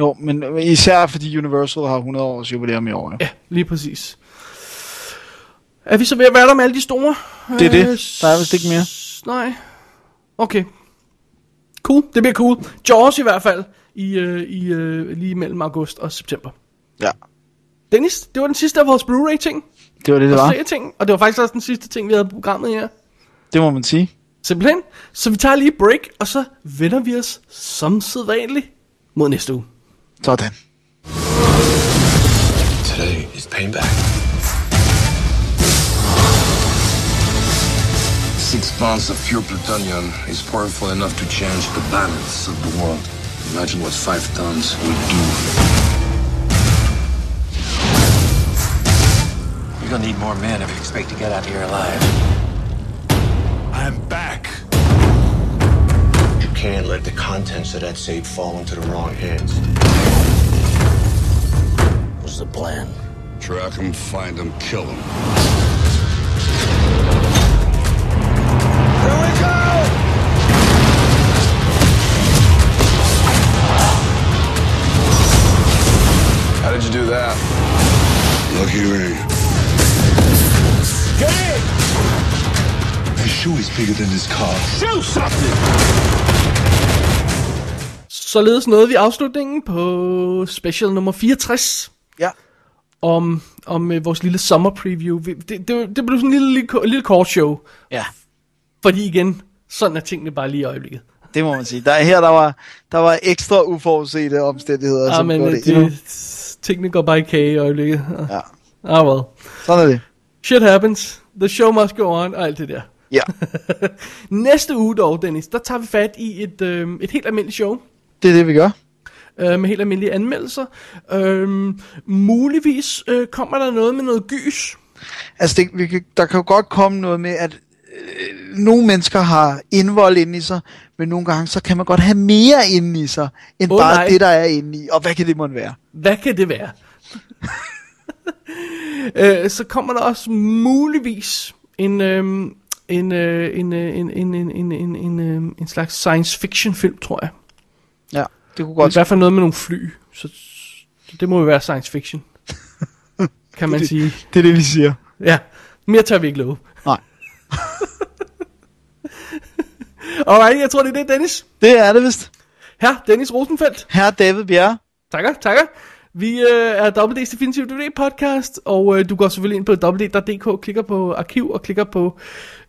[SPEAKER 4] Jo, men især fordi Universal har 100 års jubilæum i år. Ja.
[SPEAKER 3] Ja, lige præcis. Er vi så ved at være der med alle de store?
[SPEAKER 4] Det er det.
[SPEAKER 3] Øh,
[SPEAKER 4] Der er vist ikke mere.
[SPEAKER 3] Nej. Okay. Cool. Det bliver cool. Jaws i hvert fald. I, øh, i øh, lige mellem august og september.
[SPEAKER 4] Ja,
[SPEAKER 3] Dennis, det var den sidste af vores Blu-ray ting.
[SPEAKER 4] det var det, det var.
[SPEAKER 3] ting. Og det var faktisk også den sidste ting, vi havde på programmet her.
[SPEAKER 4] Det må man sige.
[SPEAKER 3] Simpelthen. Så vi tager lige et break, og så vender vi os som sædvanligt mod næste uge.
[SPEAKER 4] Sådan.
[SPEAKER 11] Today is pain back.
[SPEAKER 9] Six pounds of pure plutonium is powerful enough to change the balance of the world. Imagine what five tons would do.
[SPEAKER 6] You're gonna need more men if you expect to get out of here alive.
[SPEAKER 12] I'm back.
[SPEAKER 14] You can't let the contents of that safe fall into the wrong hands.
[SPEAKER 9] What's the plan? Track him, find him, kill him.
[SPEAKER 11] How did you do that?
[SPEAKER 9] Lucky me.
[SPEAKER 11] Get in!
[SPEAKER 9] His shoe is bigger than his car.
[SPEAKER 11] Do something!
[SPEAKER 3] Således nåede vi afslutningen på special nummer 64.
[SPEAKER 4] Ja.
[SPEAKER 3] Om, om øh, vores lille sommer preview. Vi- Det, det, det blev sådan en lille, lille, ko- lille kort show.
[SPEAKER 4] Ja.
[SPEAKER 3] Fordi igen, sådan er tingene bare lige i øjeblikket.
[SPEAKER 4] Det må man sige. Der, her der var, der var ekstra uforudsete omstændigheder,
[SPEAKER 3] Ah,
[SPEAKER 4] som
[SPEAKER 3] men
[SPEAKER 4] gjorde
[SPEAKER 3] øh,
[SPEAKER 4] det endnu.
[SPEAKER 3] det, tingene går bare i kage i øjeblikket.
[SPEAKER 4] Ja.
[SPEAKER 3] Ah, well.
[SPEAKER 4] Sådan er det.
[SPEAKER 3] Shit happens. The show must go on. Og alt det der. *laughs*
[SPEAKER 4] Ja.
[SPEAKER 3] Næste uge dog, Dennis, der tager vi fat i et, øh, et helt almindeligt show.
[SPEAKER 4] Det er det, vi gør.
[SPEAKER 3] øh, med helt almindelige anmeldelser. Øhm, muligvis øh, kommer der noget med noget gys.
[SPEAKER 4] Altså, det, vi, kan- der kan jo godt komme noget med, at øh, nogle mennesker har indvold inde i sig, men nogle gange, så kan man godt have mere inde i sig, end
[SPEAKER 3] Åh,
[SPEAKER 4] oh, bare
[SPEAKER 3] nej.
[SPEAKER 4] nej. det, der er inde i. Og hvad kan det måtte være?
[SPEAKER 3] Hvad kan det være? *laughs* øh, så kommer der også muligvis en, øhm, en, øh, en, øh, en, en, en, en, en, en, øhm, en slags science fiction film, tror jeg.
[SPEAKER 4] Ja, det kunne
[SPEAKER 3] Godt. I
[SPEAKER 4] godt
[SPEAKER 3] hvert fald noget med nogle fly. Så, så det må jo være science fiction. kan man
[SPEAKER 4] Det-
[SPEAKER 3] sige.
[SPEAKER 4] Det er det, vi siger.
[SPEAKER 3] Ja, mere tør vi ikke love.
[SPEAKER 4] Nej.
[SPEAKER 3] Alright, jeg tror det er det, Dennis.
[SPEAKER 4] Det er det vist.
[SPEAKER 3] Her, Dennis Rosenfeldt.
[SPEAKER 4] Her David Bjerre.
[SPEAKER 3] Takker, takker. Vi øh, er WD's Definitive DVD podcast, og øh, du går selvfølgelig ind på www.dk, klikker på arkiv og klikker på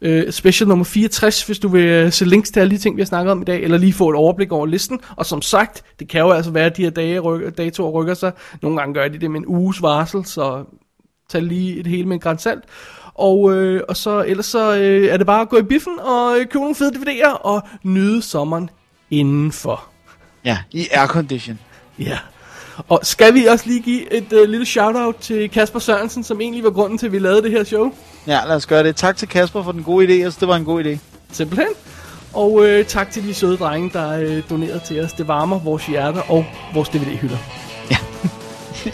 [SPEAKER 3] øh, special nummer 64, hvis du vil øh, se links til alle de ting, vi har snakket om i dag, eller lige få et overblik over listen. Og som sagt, det kan jo altså være, at de her dage ryk, datoer rykker sig. Nogle gange gør de det med en uges varsel, så tag lige et hele med en græns salt. Og, øh, og så, ellers så øh, er det bare at gå i biffen og øh, købe nogle fede DVD'er og nyde sommeren indenfor.
[SPEAKER 4] Ja, i aircondition.
[SPEAKER 3] Ja. Og skal vi også lige give et øh, lille shout-out til Kasper Sørensen, som egentlig var grunden til, at vi lavede det her show?
[SPEAKER 4] Ja, lad os gøre det. Tak til Kasper for den gode idé. Altså, det var en god idé.
[SPEAKER 3] Simpelthen. Og øh, tak til de søde drenge, der øh, donerede til os. Det varmer vores hjerter og vores DVD-hylder.
[SPEAKER 4] Ja,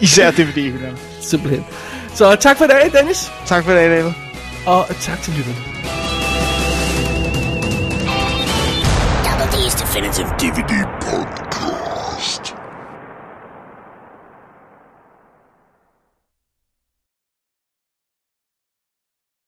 [SPEAKER 4] især DVD-hylderne.
[SPEAKER 3] Simpelthen. Så tak for i dag, Dennis.
[SPEAKER 4] Tak for i dag, David.
[SPEAKER 3] Og tak til lytterne.
[SPEAKER 2] Double D's Definitive DVD Podcast.